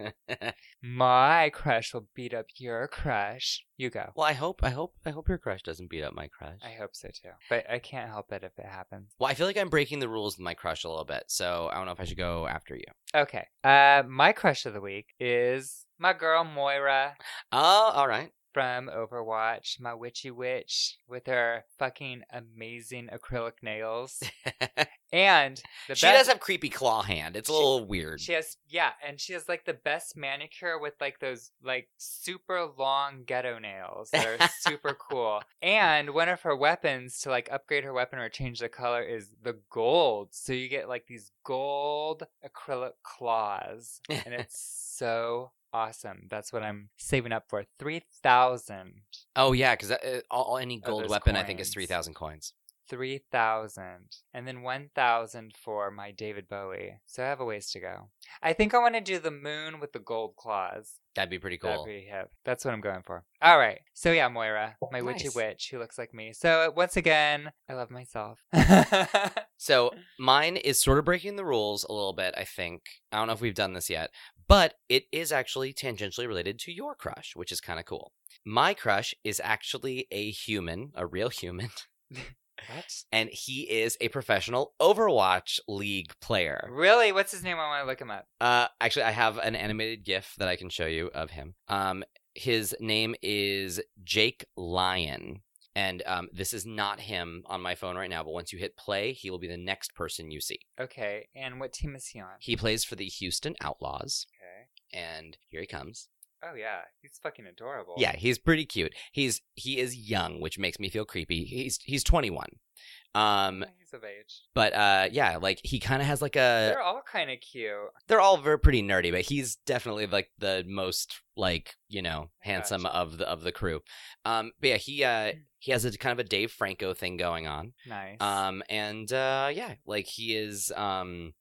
Speaker 1: *laughs* My crush will beat up your crush. You go.
Speaker 2: well, I hope, I hope, I hope your crush doesn't beat up my crush.
Speaker 1: I hope so too. But I can't help it if it happens.
Speaker 2: Well, I feel like I'm breaking the rules with my crush a little bit, so I don't know if I should go after you.
Speaker 1: Okay. Uh, my crush of the week is my girl Moira
Speaker 2: Oh, all right.
Speaker 1: from Overwatch, my witchy witch with her fucking amazing acrylic *laughs* nails. And the
Speaker 2: she
Speaker 1: best-
Speaker 2: does have creepy claw hand. It's a
Speaker 1: She-
Speaker 2: little weird.
Speaker 1: She has yeah, and she has like the best manicure with like those like super long ghetto nails that are super cool. And one of her weapons to like upgrade her weapon or change the color is the gold. So you get like these gold acrylic claws. And it's so awesome. That's what I'm saving up for. Three thousand.
Speaker 2: oh yeah, because all, all- any
Speaker 1: Oh,
Speaker 2: gold
Speaker 1: those
Speaker 2: weapon I think is
Speaker 1: coins.
Speaker 2: three thousand coins.
Speaker 1: Three thousand. And then one thousand for my David Bowie. So I have a ways to go. I think I want to do the moon with the gold claws.
Speaker 2: That'd be pretty
Speaker 1: That'd
Speaker 2: cool.
Speaker 1: be hip. That's what I'm going for. All right. So yeah, Moira, my witchy
Speaker 2: Nice.
Speaker 1: witch who looks like me. So once again, I love *laughs* myself. *laughs*
Speaker 2: So mine is sort of breaking the rules a little bit. I think I don't know if we've done this yet, but it is actually tangentially related to your crush, which is kind of cool. My crush is actually a human, a real human, *laughs*
Speaker 1: what?
Speaker 2: and he is a professional Overwatch League player.
Speaker 1: Really? What's his name? I want to look him up.
Speaker 2: Uh, actually, I have an animated GIF that I can show you of him. Um, his name is Jake Lyon, and um, this is not him on my phone right now. But once you hit play, he will be the next person you see.
Speaker 1: Okay. And what team is he on?
Speaker 2: He plays for the Houston Outlaws,
Speaker 1: Okay.
Speaker 2: and here he comes.
Speaker 1: Oh yeah, he's fucking adorable.
Speaker 2: Yeah, he's pretty cute. He's he is young, which makes me feel creepy. He's he's 21. Um,
Speaker 1: He's of age.
Speaker 2: but uh, yeah, like he kind of has like a.
Speaker 1: They're all kind of cute.
Speaker 2: They're all very pretty nerdy, but he's definitely like the most like you know handsome
Speaker 1: Gotcha. Mm.
Speaker 2: of the of the crew. Um, but yeah, he uh he has a kind of a Dave Franco thing going on.
Speaker 1: Nice.
Speaker 2: Um, and uh, yeah, like he is um,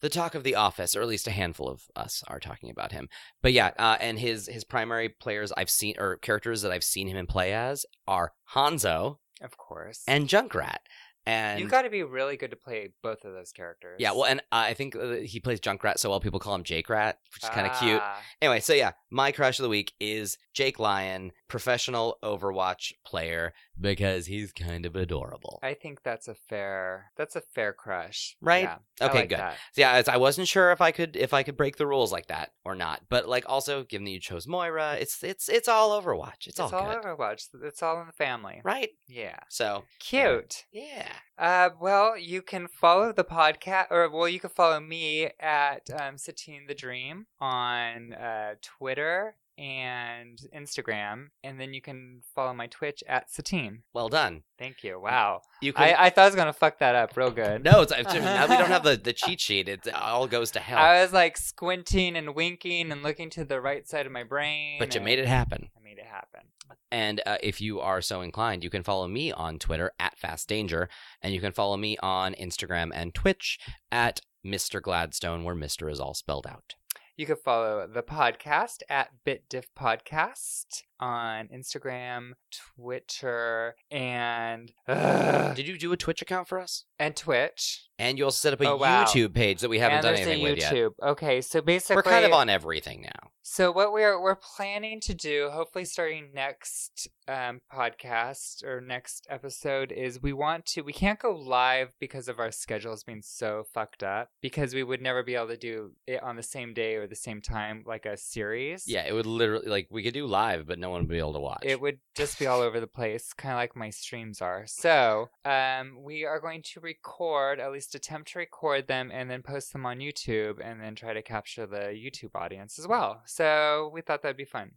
Speaker 2: the talk of the office, or at least a handful of us are talking about him. But yeah, uh, and his his primary players I've seen or characters that I've seen him in play as are Hanzo
Speaker 1: of course.
Speaker 2: and Junkrat. And
Speaker 1: you got to be really good to play both of those characters.
Speaker 2: yeah, well, and uh, I think uh, he plays Junkrat so well, people call him Jake Rat, which is kind of cute.
Speaker 1: Ah,
Speaker 2: Anyway, so yeah, my crush of the week is Jake Lyon, professional Overwatch player, because he's kind of adorable.
Speaker 1: I think that's a fair. That's a fair crush.
Speaker 2: Right?
Speaker 1: Yeah,
Speaker 2: Okay,
Speaker 1: I like
Speaker 2: good.
Speaker 1: that.
Speaker 2: So yeah, it's- I wasn't sure if I could if I could break the rules like that or not. But like also, given that you chose Moira, it's it's it's all Overwatch.
Speaker 1: It's,
Speaker 2: It's, all,
Speaker 1: all,
Speaker 2: good,
Speaker 1: Overwatch. It's all in the family.
Speaker 2: right?
Speaker 1: Yeah.
Speaker 2: So
Speaker 1: Cute.
Speaker 2: yeah,
Speaker 1: Uh, well, you can follow the podcast, or well, you can follow me at um, Satine the Dream on uh, Twitter and Instagram, and then you can follow my Twitch at Satine.
Speaker 2: well done.
Speaker 1: Thank you. Wow,
Speaker 2: You can
Speaker 1: I, I thought I was gonna fuck that up real good.
Speaker 2: Mm, no.
Speaker 1: *laughs*
Speaker 2: It's, it's, now we don't have the the cheat sheet. It all goes to hell.
Speaker 1: I was like squinting and winking and looking to the right side of my brain.
Speaker 2: but you
Speaker 1: and
Speaker 2: made it happen.
Speaker 1: I made it happen.
Speaker 2: And uh, if you are so inclined, you can follow me on Twitter at Fast Danger, and you can follow me on Instagram and Twitch at Mr. Gladstone, where Mr. is all spelled out.
Speaker 1: You can follow the podcast at BitDiff Podcast on Instagram, Twitter, and ugh,
Speaker 2: Did you do a Twitch account for us?
Speaker 1: and Twitch.
Speaker 2: And you also set up a
Speaker 1: Oh, wow.
Speaker 2: YouTube page that we haven't
Speaker 1: and
Speaker 2: done
Speaker 1: there's
Speaker 2: anything
Speaker 1: the
Speaker 2: with yet.
Speaker 1: YouTube. Okay, so basically,
Speaker 2: We're kind of on everything now.
Speaker 1: So what we're we're planning to do, hopefully starting next um, podcast or next episode, is we want to. We can't go live because of our schedules being so fucked up. Because we would never be able to do it on the same day or the same time, like a series.
Speaker 2: Yeah, it would literally like we could do live, but no one would be able to watch.
Speaker 1: It would just be all over the place, kind of like my streams are. So, um, we are going to record, at least attempt to record them, and then post them on YouTube, and then try to capture the YouTube audience as well. So, we thought that'd be fun.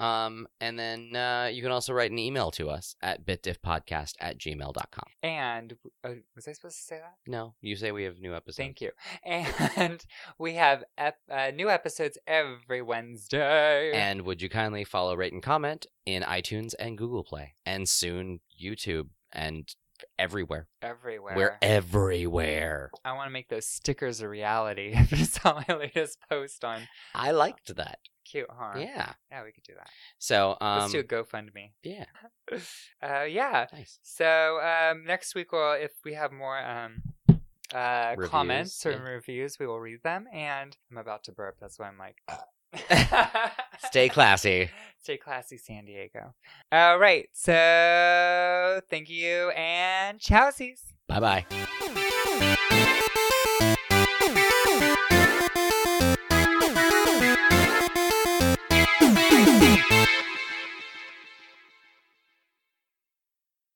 Speaker 2: Um, and then uh, you can also write an email to us at bitdiffpodcast at gmail.com.
Speaker 1: And uh, was I supposed to say that?
Speaker 2: No, you say we have new episodes.
Speaker 1: Thank you. *laughs* And we have ep- uh, new episodes every Wednesday.
Speaker 2: And would you kindly follow, rate, and comment in iTunes and Google Play, and soon YouTube and everywhere.
Speaker 1: everywhere.
Speaker 2: We're everywhere.
Speaker 1: I want to make those stickers a reality. *laughs* If you saw my latest post on
Speaker 2: I liked that.
Speaker 1: cute, huh?
Speaker 2: Yeah.
Speaker 1: Yeah, we could do that.
Speaker 2: So, um,
Speaker 1: Let's do a GoFundMe.
Speaker 2: yeah,
Speaker 1: Uh, yeah.
Speaker 2: nice.
Speaker 1: So um, next week, we'll, if we have more um, uh, comments or
Speaker 2: Reviews, yeah.
Speaker 1: reviews, we will read them. And I'm about to burp. That's why I'm like.
Speaker 2: Uh.
Speaker 1: *laughs*
Speaker 2: Stay *laughs* classy.
Speaker 1: Stay classy, San Diego. All right. So thank you and chowsies.
Speaker 2: Bye bye.